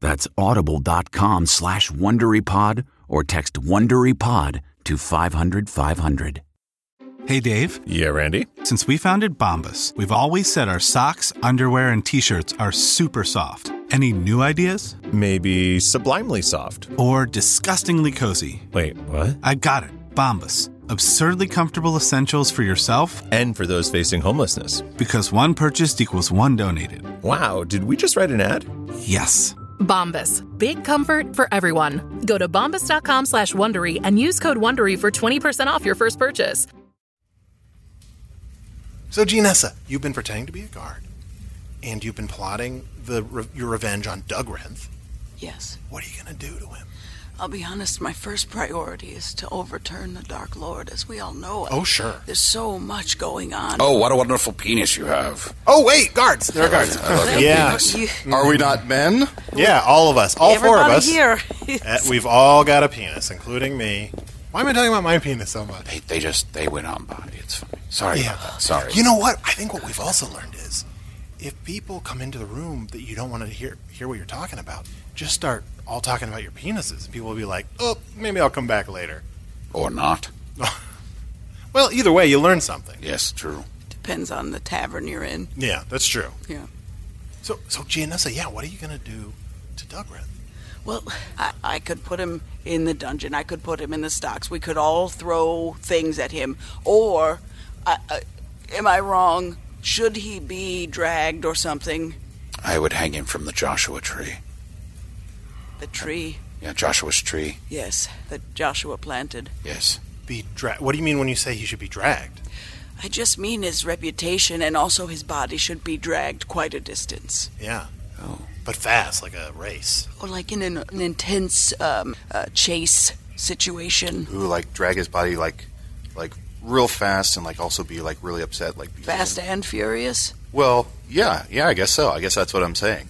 [SPEAKER 7] That's audible.com slash WonderyPod or text WonderyPod to 500 500.
[SPEAKER 8] Hey, Dave.
[SPEAKER 9] Yeah, Randy?
[SPEAKER 8] Since we founded Bombus, we've always said our socks, underwear, and t shirts are super soft. Any new ideas?
[SPEAKER 9] Maybe sublimely soft.
[SPEAKER 8] Or disgustingly cozy?
[SPEAKER 9] Wait, what?
[SPEAKER 8] I got it. Bombus. Absurdly comfortable essentials for yourself
[SPEAKER 9] And for those facing homelessness.
[SPEAKER 8] because one purchased equals one donated.
[SPEAKER 9] Wow, did we just write an ad?
[SPEAKER 8] Yes.
[SPEAKER 10] Bombas. Big comfort for everyone. Go to bombas.com slash Wondery and use code Wondery for 20% off your first purchase.
[SPEAKER 3] so GNS, you've been pretending to be a guard, and you've been plotting the re- your revenge on Doug Renth.
[SPEAKER 6] yes.
[SPEAKER 3] What are you gonna do to him?
[SPEAKER 6] I'll be honest, my first priority is to overturn the Dark Lord, as we all know it.
[SPEAKER 3] Oh, sure.
[SPEAKER 6] There's so much going on.
[SPEAKER 5] Oh, what a wonderful penis you have.
[SPEAKER 3] Oh wait, guards! There are guards.
[SPEAKER 5] I love your
[SPEAKER 3] Yeah.
[SPEAKER 5] penis.
[SPEAKER 6] You-
[SPEAKER 4] Are we not men?
[SPEAKER 3] Yeah, all of us, all
[SPEAKER 6] Everybody
[SPEAKER 3] four of us.
[SPEAKER 6] here.
[SPEAKER 3] Uh, we've all got a penis, including me. Why am I talking about my penis so much?
[SPEAKER 5] They, they just, they went on by. It's fine. Sorry about that. Sorry.
[SPEAKER 3] You know what? I think what we've also learned is if people come into the room that you don't want to hear hear what you're talking about, just start all talking about your penises. People will be like, "Oh, maybe I'll come back later."
[SPEAKER 5] Or not.
[SPEAKER 3] Well, either way, you learn something.
[SPEAKER 5] Yes, true.
[SPEAKER 6] Depends on the tavern you're in.
[SPEAKER 3] Yeah, that's true.
[SPEAKER 6] Yeah.
[SPEAKER 3] So, so Gianessa, yeah, what are you gonna do to Dugrith?
[SPEAKER 6] Well, I, I could put him in the dungeon. I could put him in the stocks. We could all throw things at him. Or, I, I, am I wrong? Should he be dragged or something?
[SPEAKER 5] I would hang him from the Joshua tree.
[SPEAKER 6] The tree,
[SPEAKER 5] Yeah, Joshua's tree.
[SPEAKER 6] yes, that Joshua planted.
[SPEAKER 5] Yes.
[SPEAKER 3] Be dra- What do you mean when you say he should be dragged?
[SPEAKER 6] I just mean his reputation and also his body should be dragged quite a distance.
[SPEAKER 3] Yeah,
[SPEAKER 5] Oh.
[SPEAKER 3] but fast, like a race.
[SPEAKER 6] Or like in an, an intense um, uh, chase situation.
[SPEAKER 4] Who like drag his body like, like real fast and like also be like really upset like be-
[SPEAKER 6] Fast and furious.
[SPEAKER 4] Well, yeah, yeah, I guess so. I guess that's what I'm saying.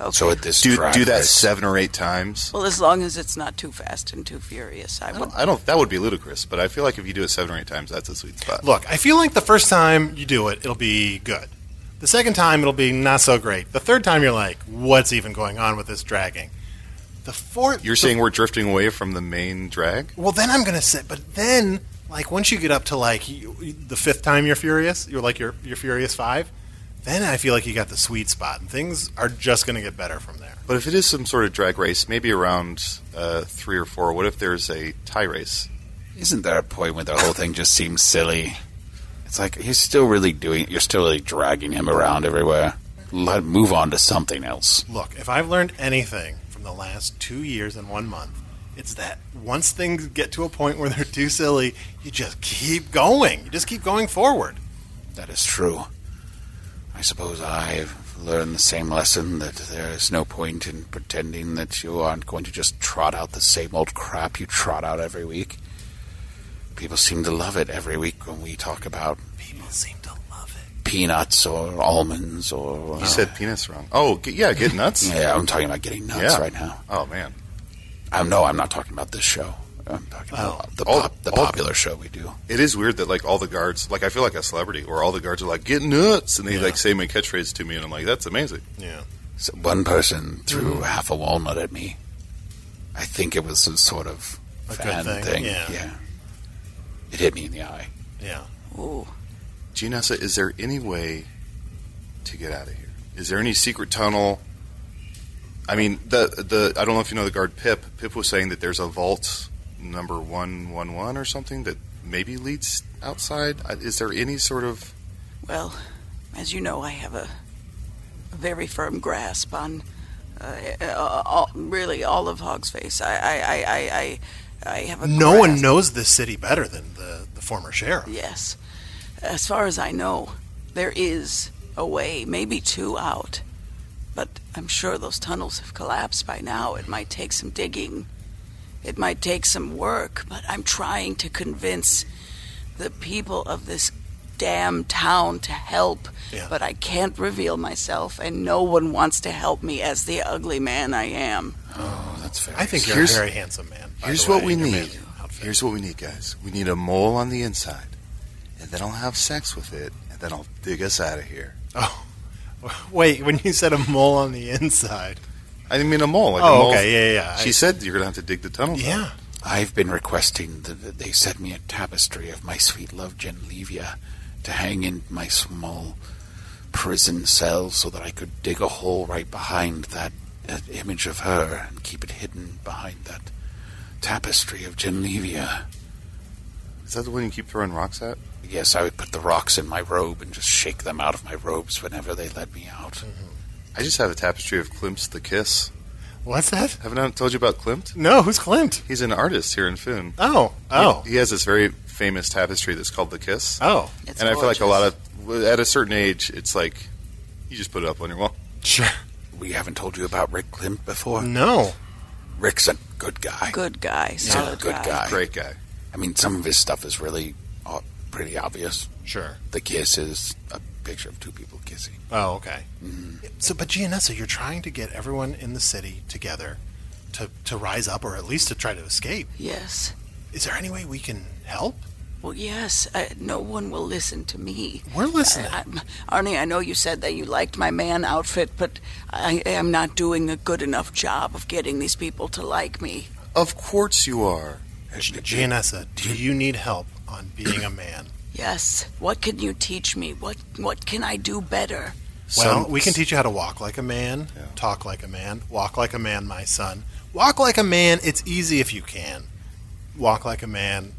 [SPEAKER 6] Okay.
[SPEAKER 5] So at this
[SPEAKER 4] Do
[SPEAKER 5] drag
[SPEAKER 4] do that
[SPEAKER 5] race-
[SPEAKER 4] seven or eight times.
[SPEAKER 6] well, as long as it's not too fast and too furious, I
[SPEAKER 4] I
[SPEAKER 6] would.
[SPEAKER 4] don't, I don't. That would be ludicrous, but I feel like if you do it seven or eight times, that's a sweet spot.
[SPEAKER 3] Look, I feel like the first time you do it, it'll be good. The second time, it'll be not so great. The third time, you're like, what's even going on with this dragging? The fourth.
[SPEAKER 4] You're
[SPEAKER 3] the-
[SPEAKER 4] saying we're drifting away from the main drag.
[SPEAKER 3] Well, then I'm going to sit. But then, like, once you get up to, like, you, the fifth time you're furious, you're like, you're, you're furious five, then I feel like you got the sweet spot. And things are just going to get better from there.
[SPEAKER 4] But if it is some sort of drag race, maybe around uh, three or four. What if there's a tie race?
[SPEAKER 5] Isn't there a point where the whole thing just seems silly? It's like you're still really doing you're still really dragging him around everywhere. Let move on to something else.
[SPEAKER 3] Look, if I've learned anything from the last two years and one month, it's that once things get to a point where they're too silly, you just keep going. You just keep going forward.
[SPEAKER 5] That is true. I suppose I've learned the same lesson that there is no point in pretending that you aren't going to just trot out the same old crap you trot out every week. People seem to love it every week when we talk about
[SPEAKER 3] People seem to love it.
[SPEAKER 5] peanuts or almonds or. uh,
[SPEAKER 4] You said penis wrong. Oh, g- yeah, get nuts.
[SPEAKER 5] Yeah, I'm talking about getting nuts
[SPEAKER 4] Yeah.
[SPEAKER 5] right now.
[SPEAKER 4] Oh man,
[SPEAKER 5] Um, no, I'm not talking about this show. I'm talking
[SPEAKER 3] Oh.
[SPEAKER 5] about the,
[SPEAKER 4] All-
[SPEAKER 5] pop, the
[SPEAKER 4] all-
[SPEAKER 5] popular show we do.
[SPEAKER 4] it is weird that like all the guards, like I feel like a celebrity, where all the guards are like get nuts, and they
[SPEAKER 3] Yeah.
[SPEAKER 4] like say my catchphrase to me, and I'm like, that's amazing.
[SPEAKER 3] Yeah.
[SPEAKER 5] So one person threw
[SPEAKER 3] Mm-hmm.
[SPEAKER 5] half a walnut at me. I think it was some sort of
[SPEAKER 3] A good
[SPEAKER 5] fan
[SPEAKER 3] thing, yeah.
[SPEAKER 5] It hit me in the eye.
[SPEAKER 3] Yeah.
[SPEAKER 6] Ooh.
[SPEAKER 4] Gianessa, is there any way to get out of here? Is there any secret tunnel? I mean, the the I don't know if you know the guard Pip. Pip was saying that there's a vault number one one one or something that maybe leads outside. Uh, Is there any sort of
[SPEAKER 6] Well, as you know, I have a, a very firm grasp on uh, uh, all, really all of Hog's Face. I, I, I, I, I, I have a
[SPEAKER 3] No one
[SPEAKER 6] grasp.
[SPEAKER 3] knows this city better than the, the former sheriff.
[SPEAKER 6] Yes. As far as I know, there is a way, maybe two out. But I'm sure those tunnels have collapsed by now. It might take some digging. It might take some work, but I'm trying to convince the people of this damn town to help.
[SPEAKER 3] Yeah.
[SPEAKER 6] But I can't reveal myself, and no one wants to help me as the ugly man I am.
[SPEAKER 5] Oh, that's fair.
[SPEAKER 3] I think you're
[SPEAKER 4] Here's-
[SPEAKER 3] a very handsome man. by
[SPEAKER 4] Here's
[SPEAKER 3] the way,
[SPEAKER 4] what we
[SPEAKER 3] in your
[SPEAKER 4] need.
[SPEAKER 3] man outfit.
[SPEAKER 4] Here's what we need, guys. We need a mole on the inside, and then I'll have sex with it, and then I'll dig us out of here.
[SPEAKER 3] Oh, wait. When you said a mole on the inside,
[SPEAKER 4] I mean, a mole. Like a
[SPEAKER 3] Oh,
[SPEAKER 4] mole.
[SPEAKER 3] okay, yeah, yeah, yeah.
[SPEAKER 4] She
[SPEAKER 3] I-
[SPEAKER 4] said you're gonna have to dig the tunnel.
[SPEAKER 3] yeah,
[SPEAKER 5] I've been requesting that that they send me a tapestry of my sweet love, Genlevia, to hang in my small prison cell so that I could dig a hole right behind that, that image of her and keep it hidden behind that tapestry of Genlevia.
[SPEAKER 4] Is that the one you keep throwing rocks at?
[SPEAKER 5] Yes, I would put the rocks in my robe and just shake them out of my robes whenever they let me out.
[SPEAKER 4] I just have a tapestry of Klimt's The Kiss.
[SPEAKER 3] what's that?
[SPEAKER 4] Haven't I told you about Klimt?
[SPEAKER 3] No, who's Clint?
[SPEAKER 4] He's an artist here in Foon.
[SPEAKER 3] Oh, oh,
[SPEAKER 4] He, he has this very famous tapestry that's called The Kiss.
[SPEAKER 3] oh.
[SPEAKER 6] It's
[SPEAKER 4] and I feel like a lot
[SPEAKER 6] gorgeous.
[SPEAKER 4] of, at a certain age, it's like, you just put it up on your wall.
[SPEAKER 3] Sure.
[SPEAKER 5] We haven't told you about Rick Klimt before.
[SPEAKER 3] No.
[SPEAKER 5] Rick's a good guy.
[SPEAKER 6] good guys.
[SPEAKER 5] He's a
[SPEAKER 6] solid
[SPEAKER 5] good
[SPEAKER 6] guys.
[SPEAKER 5] guy.
[SPEAKER 4] Great guy.
[SPEAKER 5] I mean, some of his stuff is really uh, pretty obvious.
[SPEAKER 3] Sure.
[SPEAKER 5] The kiss is a picture of two people kissing.
[SPEAKER 3] Oh, okay. So, but Gianessa, you're trying to get everyone in the city together to to rise up, or at least to try to escape.
[SPEAKER 6] Yes.
[SPEAKER 3] Is there any way we can help?
[SPEAKER 6] Well, yes. Uh, no one will listen to me.
[SPEAKER 3] We're listening.
[SPEAKER 6] I, I'm- Arnie, I know you said that you liked my man outfit, but I am not doing a good enough job of getting these people to like me.
[SPEAKER 4] Of course you are.
[SPEAKER 3] Gianessa, do you need help on being a man?
[SPEAKER 6] Yes. What can you teach me? What What can I do better?
[SPEAKER 3] Well,
[SPEAKER 4] Some-
[SPEAKER 3] we can teach you how to walk like a man,
[SPEAKER 4] Yeah.
[SPEAKER 3] talk like a man, walk like a man, my son. Walk like a man. It's easy if you can. Walk like a man.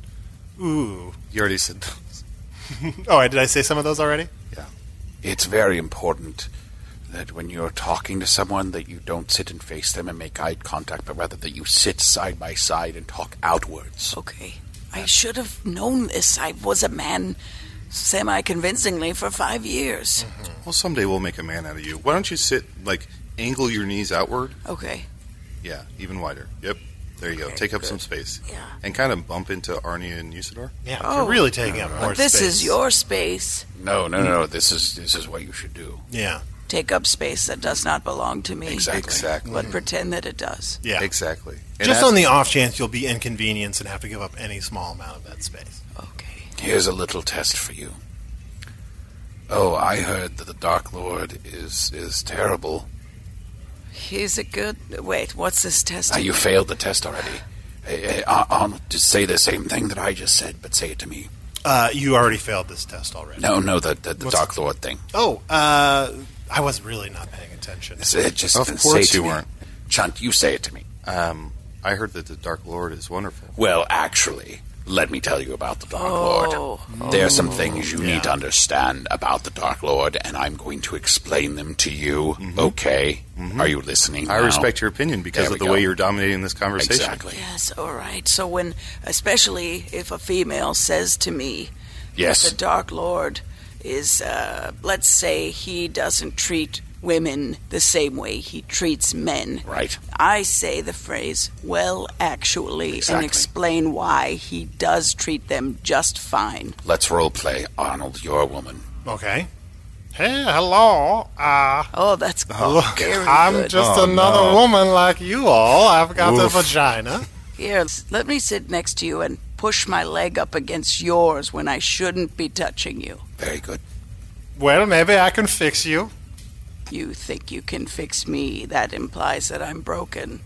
[SPEAKER 3] Ooh.
[SPEAKER 4] You already said those.
[SPEAKER 3] Oh, did I say some of those already?
[SPEAKER 5] It's very important that when you're talking to someone that you don't sit and face them and make eye contact, but rather that you sit side by side and talk outwards.
[SPEAKER 6] Okay. I should have known this. I was a man semi convincingly for five years.
[SPEAKER 4] Well, someday we'll make a man out of you. Why don't you sit, like, angle your knees outward?
[SPEAKER 3] Hmm.
[SPEAKER 6] Okay.
[SPEAKER 4] Yeah, even wider. Yep. There you go.
[SPEAKER 6] Okay,
[SPEAKER 4] Take up
[SPEAKER 6] good.
[SPEAKER 4] some space.
[SPEAKER 6] Yeah.
[SPEAKER 4] And kind of bump into Arnie and Usador.
[SPEAKER 3] Yeah. if
[SPEAKER 6] Oh.
[SPEAKER 3] you're really taking up more
[SPEAKER 6] But this is
[SPEAKER 3] space.
[SPEAKER 6] your space.
[SPEAKER 5] No, no, no. This is this is what you should do.
[SPEAKER 3] Yeah.
[SPEAKER 6] Take up space that does not belong to me.
[SPEAKER 5] Exactly.
[SPEAKER 4] Exactly.
[SPEAKER 6] But pretend that it does.
[SPEAKER 3] Yeah.
[SPEAKER 4] Exactly. And
[SPEAKER 3] Just
[SPEAKER 4] that's-
[SPEAKER 3] on the off chance you'll be inconvenienced and have to give up any small amount of that space.
[SPEAKER 6] Okay.
[SPEAKER 5] Here's a little test for you. Oh, I heard that the Dark Lord is is terrible.
[SPEAKER 6] He's a good. Wait, what's this test?
[SPEAKER 5] Ah, you failed the test already. Eh, Hey, hey, Ar- Arnold, just say the same thing that I just said, but say it to me.
[SPEAKER 3] Uh, you already failed this test already.
[SPEAKER 5] No, no, the the, the
[SPEAKER 3] What's-
[SPEAKER 5] Dark Lord thing.
[SPEAKER 3] Oh, uh, I was really not paying attention.
[SPEAKER 5] Say it, just
[SPEAKER 4] Of
[SPEAKER 5] say it
[SPEAKER 4] course
[SPEAKER 5] to
[SPEAKER 4] you
[SPEAKER 5] me.
[SPEAKER 4] weren't.
[SPEAKER 5] Chunt, you say it to me.
[SPEAKER 4] Um, I heard that the Dark Lord is wonderful.
[SPEAKER 5] Well, actually, let me tell you about the Dark
[SPEAKER 6] Oh.
[SPEAKER 5] Lord. There are some things you need to understand about the Dark Lord, and I'm going to explain them to you. Okay? Are you listening?
[SPEAKER 4] Mm-hmm. I
[SPEAKER 5] now?
[SPEAKER 4] respect your opinion because
[SPEAKER 5] There
[SPEAKER 4] of
[SPEAKER 5] we
[SPEAKER 4] the way
[SPEAKER 5] go.
[SPEAKER 4] you're dominating this conversation.
[SPEAKER 5] Exactly.
[SPEAKER 6] Yes, all right. So when, especially if a female says to me,
[SPEAKER 5] Yes.
[SPEAKER 6] the Dark Lord is, uh, let's say, he doesn't treat women the same way he treats men.
[SPEAKER 5] Right.
[SPEAKER 6] I say the phrase, well, actually, and
[SPEAKER 5] Exactly.
[SPEAKER 6] explain why he does treat them just fine.
[SPEAKER 5] Let's role play. Arnold, you're a woman.
[SPEAKER 3] Okay. Hey, hello. Uh,
[SPEAKER 6] oh, that's very
[SPEAKER 3] I'm
[SPEAKER 6] good.
[SPEAKER 3] just
[SPEAKER 4] Oh,
[SPEAKER 3] another
[SPEAKER 4] no.
[SPEAKER 3] woman like you all. I've got a
[SPEAKER 4] Oof.
[SPEAKER 3] vagina.
[SPEAKER 6] Here, let me sit next to you and push my leg up against yours when I shouldn't be touching you.
[SPEAKER 5] Very good.
[SPEAKER 3] Well, maybe I can fix you.
[SPEAKER 6] You think you can fix me? That implies that I'm broken.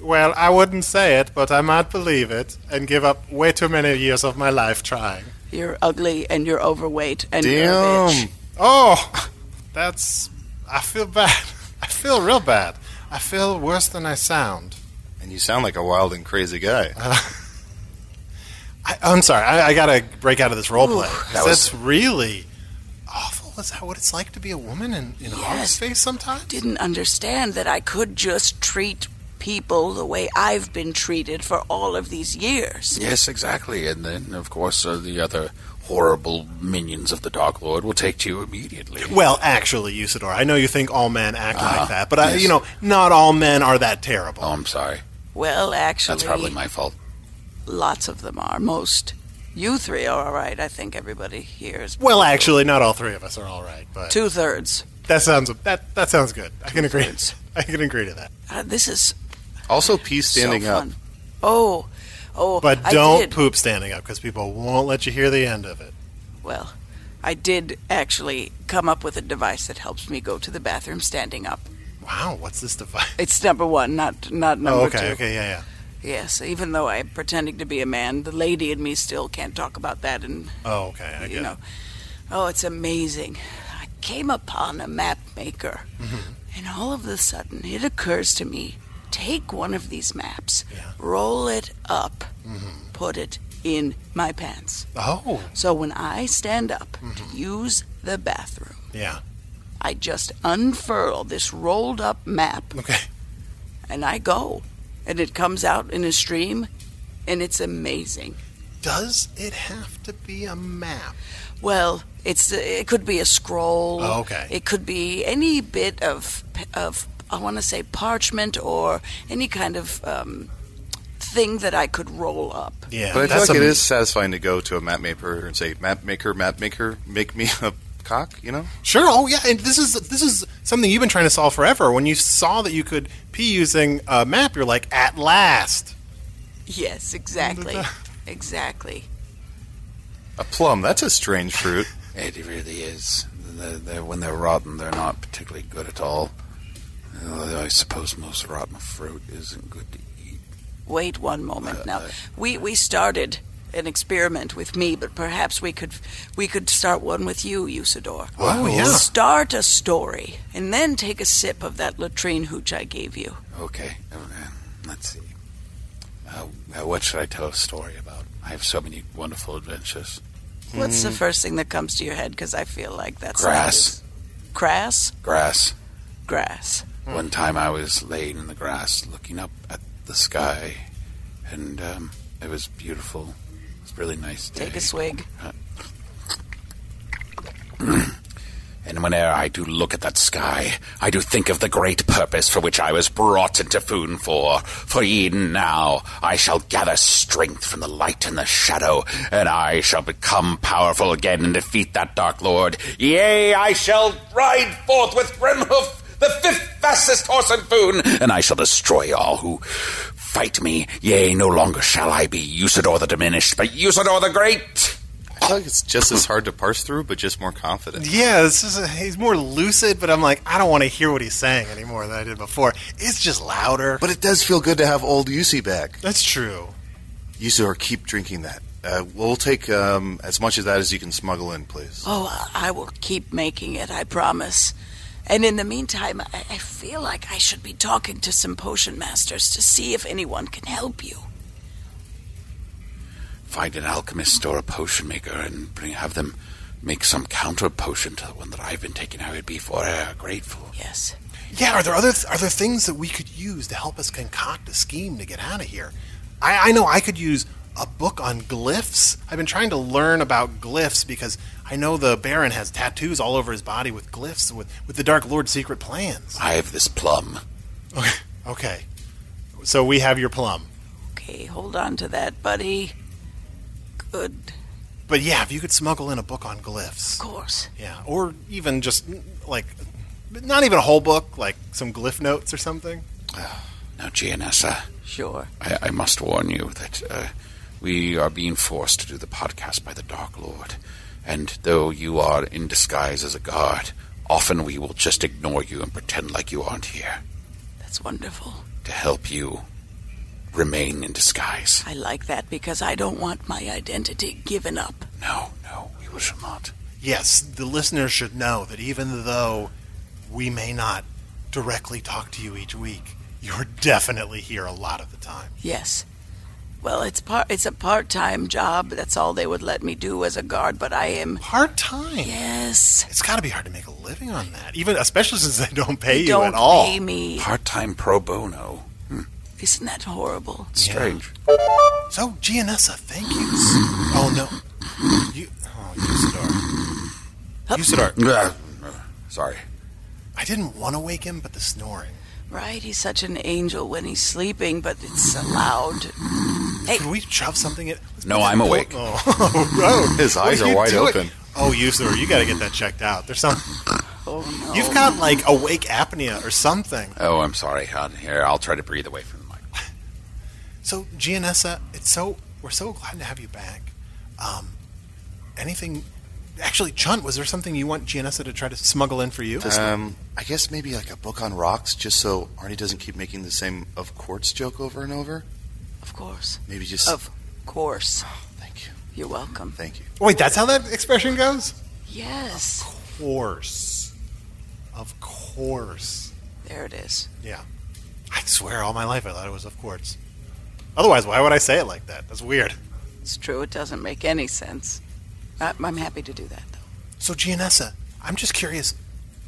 [SPEAKER 3] Well, I wouldn't say it, but I might believe it and give up way too many years of my life trying.
[SPEAKER 6] You're ugly and you're overweight and you're a bitch.
[SPEAKER 4] Damn.
[SPEAKER 3] Oh, that's. I feel bad. I feel real bad. I feel worse than I sound.
[SPEAKER 4] And you sound like a wild and crazy guy.
[SPEAKER 3] I, I'm sorry. I, I gotta break out of this role play. 'cause
[SPEAKER 5] that was-
[SPEAKER 3] that's really awful. Is that what it's like to be a woman in, in our
[SPEAKER 6] Yes.
[SPEAKER 3] space sometimes?
[SPEAKER 6] Didn't understand that I could just treat people the way I've been treated for all of these years.
[SPEAKER 5] Yes, exactly. And then, of course, uh, the other horrible minions of the Dark Lord will take to you immediately.
[SPEAKER 3] Well, actually, Usador, I know you think all men act like
[SPEAKER 5] Ah,
[SPEAKER 3] that, but I,
[SPEAKER 5] yes.
[SPEAKER 3] you know, not all men are that terrible.
[SPEAKER 5] Oh, I'm sorry.
[SPEAKER 6] Well, actually,
[SPEAKER 5] That's probably my fault.
[SPEAKER 6] lots of them are. Most. You three are all right. I think everybody here is.
[SPEAKER 3] Well, actually, not all three of us are all right, but
[SPEAKER 6] Two thirds.
[SPEAKER 3] that sounds that that sounds good. I can agree. I can agree to that.
[SPEAKER 6] Uh, this is
[SPEAKER 4] Also, peace standing
[SPEAKER 6] so
[SPEAKER 4] up.
[SPEAKER 6] fun. Oh, oh.
[SPEAKER 3] But
[SPEAKER 6] I
[SPEAKER 3] don't
[SPEAKER 6] did-
[SPEAKER 3] poop standing up because people won't let you hear the end of it.
[SPEAKER 6] Well, I did actually come up with a device that helps me go to the bathroom standing up.
[SPEAKER 3] Wow, what's this device?
[SPEAKER 6] It's number one, not not number
[SPEAKER 3] oh, okay,
[SPEAKER 6] two.
[SPEAKER 3] okay, yeah, yeah.
[SPEAKER 6] Yes, even though I'm pretending to be a man, the lady in me still can't talk about that. And
[SPEAKER 3] Oh, okay, I get
[SPEAKER 6] you
[SPEAKER 3] it.
[SPEAKER 6] know, oh, it's amazing. I came upon a map maker,
[SPEAKER 3] Mm-hmm.
[SPEAKER 6] and all of a sudden it occurs to me: take one of these maps,
[SPEAKER 3] Yeah. Mm-hmm.
[SPEAKER 6] roll it up, put it in my pants.
[SPEAKER 3] Oh,
[SPEAKER 6] So when I stand up
[SPEAKER 3] Mm-hmm.
[SPEAKER 6] to use the bathroom,
[SPEAKER 3] yeah.
[SPEAKER 6] I just unfurl this rolled up map
[SPEAKER 3] Okay.
[SPEAKER 6] and I go. And it comes out in a stream and it's amazing.
[SPEAKER 3] Does it have to be a map?
[SPEAKER 6] Well, it's it could be a scroll.
[SPEAKER 3] Oh, okay.
[SPEAKER 6] It could be any bit of of I want to say parchment or any kind of um, thing that I could roll up.
[SPEAKER 3] Yeah,
[SPEAKER 4] But I feel
[SPEAKER 3] that's
[SPEAKER 4] like it
[SPEAKER 3] a-
[SPEAKER 4] is satisfying to go to a map maker and say, "Map maker, map maker, make me a cock." You know,
[SPEAKER 3] Sure. Oh yeah, and this is this is something you've been trying to solve forever. When you saw that you could pee using a map, you're like, at last.
[SPEAKER 6] Yes, exactly. exactly.
[SPEAKER 4] a plum. That's a strange fruit.
[SPEAKER 5] It really is. They're, they're, when they're rotten, they're not particularly good at all. Although I suppose most rotten fruit isn't good to eat.
[SPEAKER 6] Wait one moment now.
[SPEAKER 5] Uh,
[SPEAKER 6] We we started an experiment with me, but perhaps we could we could start one with you, Usador.
[SPEAKER 3] Oh, yeah.
[SPEAKER 6] Start a story and then take a sip of that latrine hooch I gave you.
[SPEAKER 5] Okay, uh, let's see. Uh, uh, what should I tell a story about? I have so many wonderful adventures.
[SPEAKER 6] What's the first thing that comes to your head? Because I feel like that's
[SPEAKER 5] Grass.
[SPEAKER 6] Grass,
[SPEAKER 5] Grass.
[SPEAKER 6] grass.
[SPEAKER 5] One time I was laying in the grass looking up at the sky, and um, it was beautiful. It was a really nice day.
[SPEAKER 6] Take a swig.
[SPEAKER 5] And whene'er I do look at that sky, I do think of the great purpose for which I was brought into Foon for. For e'en now I shall gather strength from the light and the shadow, and I shall become powerful again and defeat that dark lord. Yea, I shall ride forth with Grimhoof, the fifth fastest horse in Foon, and I shall destroy all who fight me. Yea, no longer shall I be Usador the diminished, but Usador the great.
[SPEAKER 4] I feel like it's just as hard to parse through, but just more confident.
[SPEAKER 3] Yeah, this is he's more lucid, but I'm like, I don't want to hear what he's saying anymore than I did before. It's just louder.
[SPEAKER 4] But it does feel good to have old UC back.
[SPEAKER 3] That's true.
[SPEAKER 4] UC, or keep drinking that. Uh, we'll take um, as much of that as you can smuggle in, please.
[SPEAKER 6] Oh, I I will keep making it. I promise. And in the meantime, I, I feel like I should be talking to some potion masters to see if anyone can help you.
[SPEAKER 5] find an alchemist or a potion maker and bring, have them make some counter potion to the one that I've been taking. I would be forever Ah, grateful.
[SPEAKER 6] Yes.
[SPEAKER 3] Yeah, are there other are there things that we could use to help us concoct a scheme to get out of here? I, I know I could use a book on glyphs. I've been trying to learn about glyphs because I know the Baron has tattoos all over his body with glyphs with, with the Dark Lord's secret plans.
[SPEAKER 5] I have this plum.
[SPEAKER 3] Okay. Okay. So we have your plum.
[SPEAKER 6] Okay, hold on to that, buddy. Good
[SPEAKER 3] But yeah, if you could smuggle in a book on glyphs.
[SPEAKER 6] Of course.
[SPEAKER 3] Yeah, or even just like, not even a whole book, like some glyph notes or something.
[SPEAKER 5] Now, Gianessa,
[SPEAKER 6] Sure.
[SPEAKER 5] uh, I, I must warn you that uh, we are being forced to do the podcast by the Dark Lord. And though you are in disguise as a guard, often we will just ignore you and pretend like you aren't here
[SPEAKER 6] That's wonderful.
[SPEAKER 5] to help you remain in disguise.
[SPEAKER 6] I like that because I don't want my identity given up.
[SPEAKER 5] No, no, we will not.
[SPEAKER 3] Yes, the listeners should know that even though we may not directly talk to you each week, you're definitely here a lot of the time.
[SPEAKER 6] Yes. Well, it's part it's a part-time job. That's all they would let me do as a guard, but I am
[SPEAKER 3] Hard time.
[SPEAKER 6] yes.
[SPEAKER 3] It's got to be hard to make a living on that, even especially since they don't pay
[SPEAKER 6] they
[SPEAKER 3] you
[SPEAKER 6] don't
[SPEAKER 3] at all.
[SPEAKER 6] pay me.
[SPEAKER 5] Part time pro bono.
[SPEAKER 6] Isn't that horrible?
[SPEAKER 5] Strange.
[SPEAKER 3] So, Gianessa, thank you. oh no, you, oh Usador, Usador.
[SPEAKER 5] Ugh, Sorry.
[SPEAKER 3] I didn't want to wake him, but the snoring.
[SPEAKER 6] Right? He's such an angel when he's sleeping, but it's allowed. Hey.
[SPEAKER 3] Could we shove something in? let's
[SPEAKER 5] No,
[SPEAKER 3] put
[SPEAKER 5] I'm
[SPEAKER 3] that-
[SPEAKER 5] awake.
[SPEAKER 3] Oh, bro.
[SPEAKER 4] His
[SPEAKER 3] What
[SPEAKER 4] eyes
[SPEAKER 3] are
[SPEAKER 4] are
[SPEAKER 3] you
[SPEAKER 4] wide
[SPEAKER 3] doing?
[SPEAKER 4] open.
[SPEAKER 3] Oh, Usador, you got to get that checked out. There's some.
[SPEAKER 6] Oh no.
[SPEAKER 3] You've got like awake apnea or something.
[SPEAKER 5] Oh, I'm sorry. hon. Here, I'll try to breathe away from the mic.
[SPEAKER 3] So, Gianessa, it's so we're so glad to have you back. Um, anything? Actually, Chunt, was there something you want Gianessa to try to smuggle in for you?
[SPEAKER 4] Um, I guess maybe like a book on rocks, just so Arnie doesn't keep making the same of quartz joke over and over.
[SPEAKER 6] Of course.
[SPEAKER 4] Maybe just
[SPEAKER 6] Of course.
[SPEAKER 4] thank you,
[SPEAKER 6] You're welcome.
[SPEAKER 4] thank you.
[SPEAKER 3] Wait, that's how that expression goes.
[SPEAKER 6] Yes.
[SPEAKER 3] course. Of course.
[SPEAKER 6] There it is.
[SPEAKER 3] Yeah. I swear all my life I thought it was of course. Otherwise, why would I say it like that? That's weird.
[SPEAKER 6] It's true. It doesn't make any sense. I, I'm happy to do that though.
[SPEAKER 3] So, Gianessa, I'm just curious,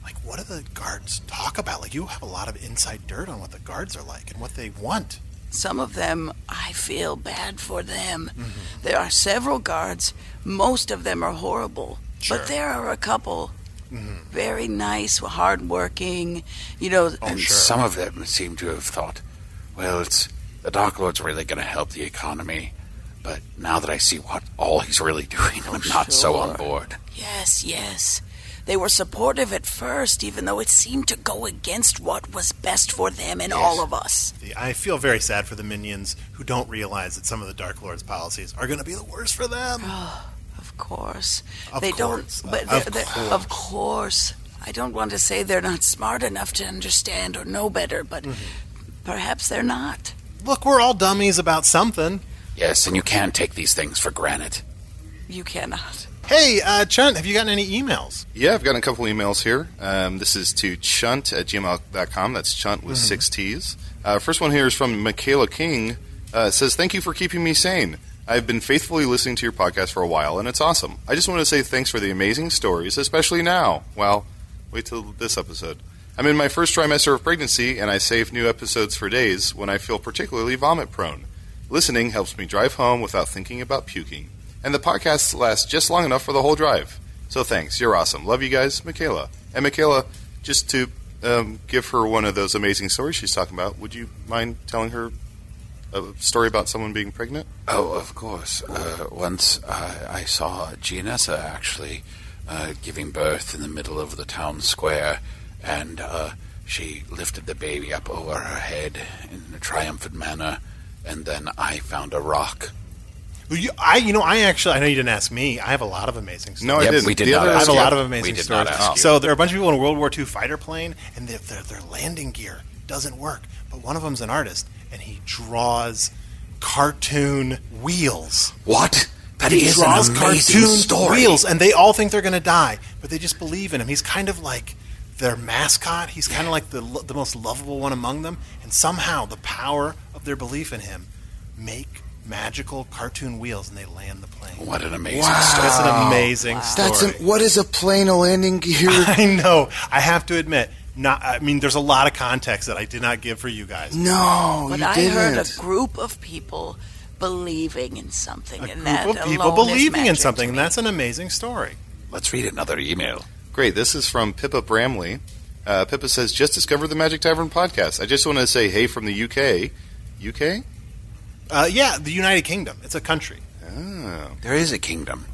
[SPEAKER 3] like, what do the guards talk about? Like, you have a lot of inside dirt on what the guards are like and what they want.
[SPEAKER 6] Some of them, I feel bad for them.
[SPEAKER 3] Mm-hmm.
[SPEAKER 6] There are several guards. Most of them are horrible,
[SPEAKER 3] Sure. Mm-hmm.
[SPEAKER 6] but there are a couple very nice, hardworking. You know,
[SPEAKER 4] Oh,
[SPEAKER 5] and some of them seem to have thought, well, it's the Dark Lord's really going to help the economy. But now that I see what all he's really doing, I'm not so on
[SPEAKER 6] sure.
[SPEAKER 5] board.
[SPEAKER 6] Yes, yes. They were supportive at first, even though it seemed to go against what was best for them and all of us.
[SPEAKER 3] The- I feel very sad for the minions who don't realize that some of the Dark Lord's policies are going to be the worst for them.
[SPEAKER 6] Of course.
[SPEAKER 3] Of
[SPEAKER 6] they
[SPEAKER 3] course.
[SPEAKER 6] don't but
[SPEAKER 3] Of
[SPEAKER 6] they're- they're- of course. I don't want to say they're not smart enough to understand or know better, but
[SPEAKER 3] Mm-hmm.
[SPEAKER 6] perhaps they're not.
[SPEAKER 3] Look, we're all dummies about something.
[SPEAKER 5] Yes, and you can't take these things for granted.
[SPEAKER 6] You cannot.
[SPEAKER 3] Hey, uh, Chunt, have you gotten any emails?
[SPEAKER 4] Yeah, I've gotten a couple emails here. Um, this is to chunt at gmail.com. That's chunt with six T's. Uh, first one here is from Michaela King. Uh, it says, Thank you for keeping me sane. I've been faithfully listening to your podcast for a while, and it's awesome. I just want to say thanks for the amazing stories, especially now. Well, wait till this episode. I'm in my first trimester of pregnancy, and I save new episodes for days when I feel particularly vomit prone. Listening helps me drive home without thinking about puking. And the podcast lasts just long enough for the whole drive. So thanks. You're awesome. Love you guys, Michaela. And Michaela, just to um, give her one of those amazing stories she's talking about, would you mind telling her a story about someone being pregnant?
[SPEAKER 5] Oh, of course. Uh, once uh, I saw Gianessa actually uh, giving birth in the middle of the town square, and uh, she lifted the baby up over her head in a triumphant manner, and then I found a rock.
[SPEAKER 3] Well, You, I, you know, I actually, I know you didn't ask me. I have a lot of amazing stories.
[SPEAKER 4] No, I
[SPEAKER 5] Yep,
[SPEAKER 4] didn't.
[SPEAKER 5] we did
[SPEAKER 4] the
[SPEAKER 5] not
[SPEAKER 4] other
[SPEAKER 3] I
[SPEAKER 5] ask
[SPEAKER 3] have a
[SPEAKER 5] you.
[SPEAKER 3] lot of amazing
[SPEAKER 5] We did
[SPEAKER 3] stories.
[SPEAKER 5] not ask you.
[SPEAKER 3] So there are a bunch of people in a World War II fighter plane, and their, their, their landing gear doesn't work. But one of them's an artist, and he draws cartoon wheels.
[SPEAKER 5] What? That
[SPEAKER 3] He
[SPEAKER 5] is
[SPEAKER 3] draws
[SPEAKER 5] an amazing
[SPEAKER 3] cartoon
[SPEAKER 5] story.
[SPEAKER 3] wheels, and they all think they're going to die, but they just believe in him. He's kind of like their mascot. He's kind of like the lo- the most lovable one among them, and somehow the power of their belief in him make magical cartoon wheels, and they land the plane.
[SPEAKER 5] What an amazing
[SPEAKER 3] That's
[SPEAKER 5] story.
[SPEAKER 3] an amazing story.
[SPEAKER 4] what is a plane a landing gear?
[SPEAKER 3] I know. I have to admit, not. I mean, there's a lot of context that I did not give for you guys.
[SPEAKER 4] no,
[SPEAKER 6] But
[SPEAKER 4] you
[SPEAKER 6] I
[SPEAKER 4] didn't.
[SPEAKER 6] heard a group of people believing in something,
[SPEAKER 3] A
[SPEAKER 6] and
[SPEAKER 3] group
[SPEAKER 6] that
[SPEAKER 3] of people
[SPEAKER 6] alone
[SPEAKER 3] believing
[SPEAKER 6] is
[SPEAKER 3] in
[SPEAKER 6] magic
[SPEAKER 3] something,
[SPEAKER 6] to
[SPEAKER 3] and
[SPEAKER 6] me.
[SPEAKER 3] that's an amazing story.
[SPEAKER 5] Let's read another email.
[SPEAKER 4] Great. This is from Pippa Bramley. Uh, Pippa says, "Just discovered the Magic Tavern podcast. I just want to say, hey, from the UK, UK.
[SPEAKER 3] Uh, yeah, the United Kingdom. It's a country.
[SPEAKER 4] Oh,
[SPEAKER 5] There is a kingdom.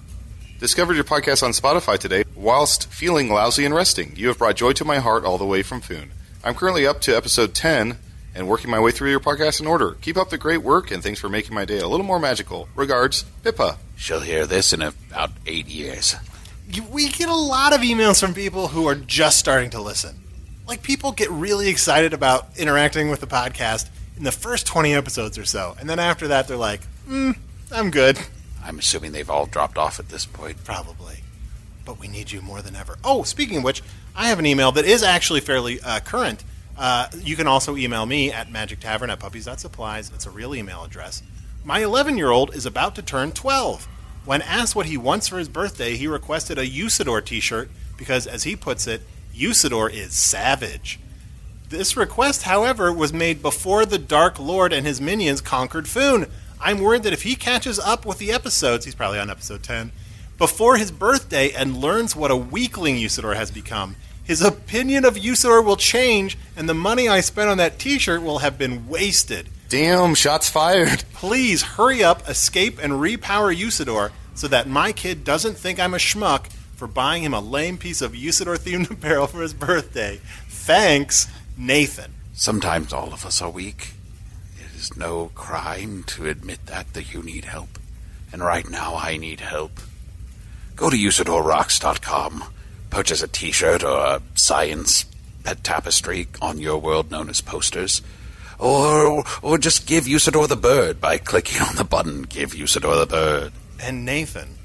[SPEAKER 4] Discovered your podcast on Spotify today whilst feeling lousy and resting. You have brought joy to my heart all the way from Foon. I'm currently up to episode 10 and working my way through your podcast in order. Keep up the great work and thanks for making my day a little more magical. Regards, Pippa.
[SPEAKER 5] She'll hear this in about eight years.
[SPEAKER 3] we get a lot of emails from people who are just starting to listen. Like people get really excited about interacting with the podcast in the first 20 episodes or so, and then after that they're like, mm, "I'm good."
[SPEAKER 5] I'm assuming they've all dropped off at this point.
[SPEAKER 3] Probably. But we need you more than ever. Oh, speaking of which, I have an email that is actually fairly uh, current. Uh, you can also email me at magic tavern at puppies.supplies. That's a real email address. My 11 year old is about to turn 12. When asked what he wants for his birthday, he requested a Usador t shirt because, as he puts it, Usador is savage. This request, however, was made before the Dark Lord and his minions conquered Foon. I'm worried that if he catches up with the episodes, he's probably on episode 10, before his birthday and learns what a weakling Usador has become, his opinion of Usador will change, and the money I spent on that t shirt will have been wasted.
[SPEAKER 4] Damn, shots fired.
[SPEAKER 3] Please hurry up, escape, and repower Usador so that my kid doesn't think I'm a schmuck for buying him a lame piece of Usador themed apparel for his birthday. Thanks, Nathan.
[SPEAKER 5] Sometimes all of us are weak. It is no crime to admit that, that you need help. And right now I need help. Go to usadorrocks.com, purchase a t shirt or a science pet tapestry on your world known as posters. Or, or just give Usador the bird by clicking on the button Give Usador the bird.
[SPEAKER 3] And Nathan,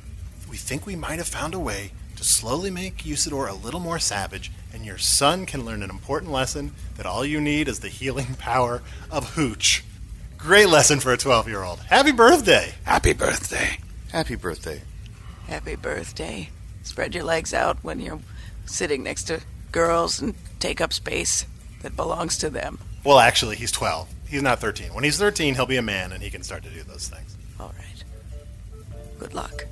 [SPEAKER 3] we think we might have found a way to slowly make Usador a little more savage, and your son can learn an important lesson that all you need is the healing power of Hooch. Great lesson for a 12 year old. Happy birthday!
[SPEAKER 5] Happy birthday.
[SPEAKER 4] Happy birthday.
[SPEAKER 6] Happy birthday. Spread your legs out when you're sitting next to girls and take up space that belongs to them.
[SPEAKER 3] Well, actually, he's 12. He's not 13. When he's 13, he'll be a man and he can start to do those things.
[SPEAKER 6] All right. Good luck.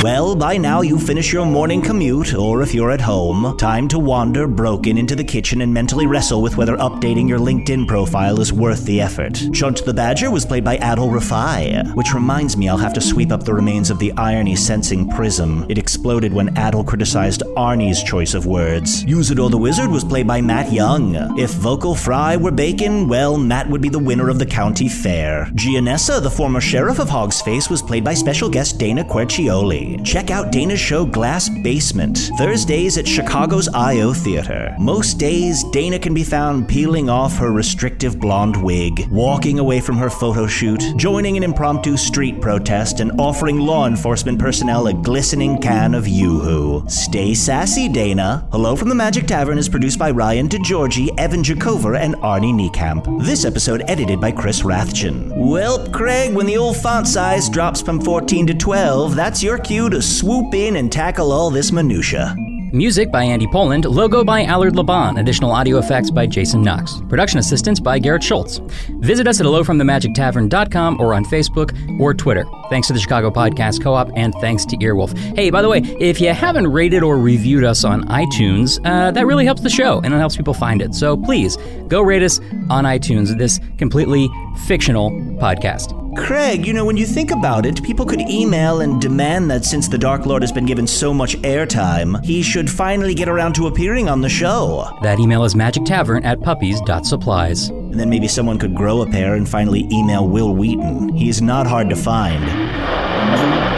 [SPEAKER 2] Well, by now you finish your morning commute, or if you're at home, time to wander broken into the kitchen and mentally wrestle with whether updating your LinkedIn profile is worth the effort. Chunt the Badger was played by Adol Rafai, which reminds me I'll have to sweep up the remains of the irony sensing prism. It exploded when Adol criticized Arnie's choice of words. Usador the Wizard was played by Matt Young. If vocal fry were bacon, well, Matt would be the winner of the county fair. Gianessa, the former sheriff of Hog's Face, was played by special guest Dana Quercioli. Check out Dana's show Glass Basement, Thursdays at Chicago's I.O. Theater. Most days, Dana can be found peeling off her restrictive blonde wig, walking away from her photo shoot, joining an impromptu street protest, and offering law enforcement personnel a glistening can of yoo-hoo. Stay sassy, Dana. Hello from the Magic Tavern is produced by Ryan DeGiorgi, Evan Jacover, and Arnie Niekamp. This episode edited by Chris Rathjen. Welp, Craig, when the old font size drops from 14 to 12, that's your cue to swoop in and tackle all this minutia.
[SPEAKER 11] Music by Andy Poland, logo by Allard Laban, additional audio effects by Jason Knox, production assistance by Garrett Schultz. Visit us at hellofromthemagictavern.com or on Facebook or Twitter. Thanks to the Chicago Podcast Co op and thanks to Earwolf. Hey, by the way, if you haven't rated or reviewed us on iTunes, uh, that really helps the show and it helps people find it. So please go rate us on iTunes, this completely fictional podcast.
[SPEAKER 2] Craig, you know, when you think about it, people could email and demand that since the Dark Lord has been given so much airtime, he should finally get around to appearing on the show.
[SPEAKER 11] That email is magictavern at puppies.supplies.
[SPEAKER 2] And then maybe someone could grow a pair and finally email Will Wheaton. He's not hard to find.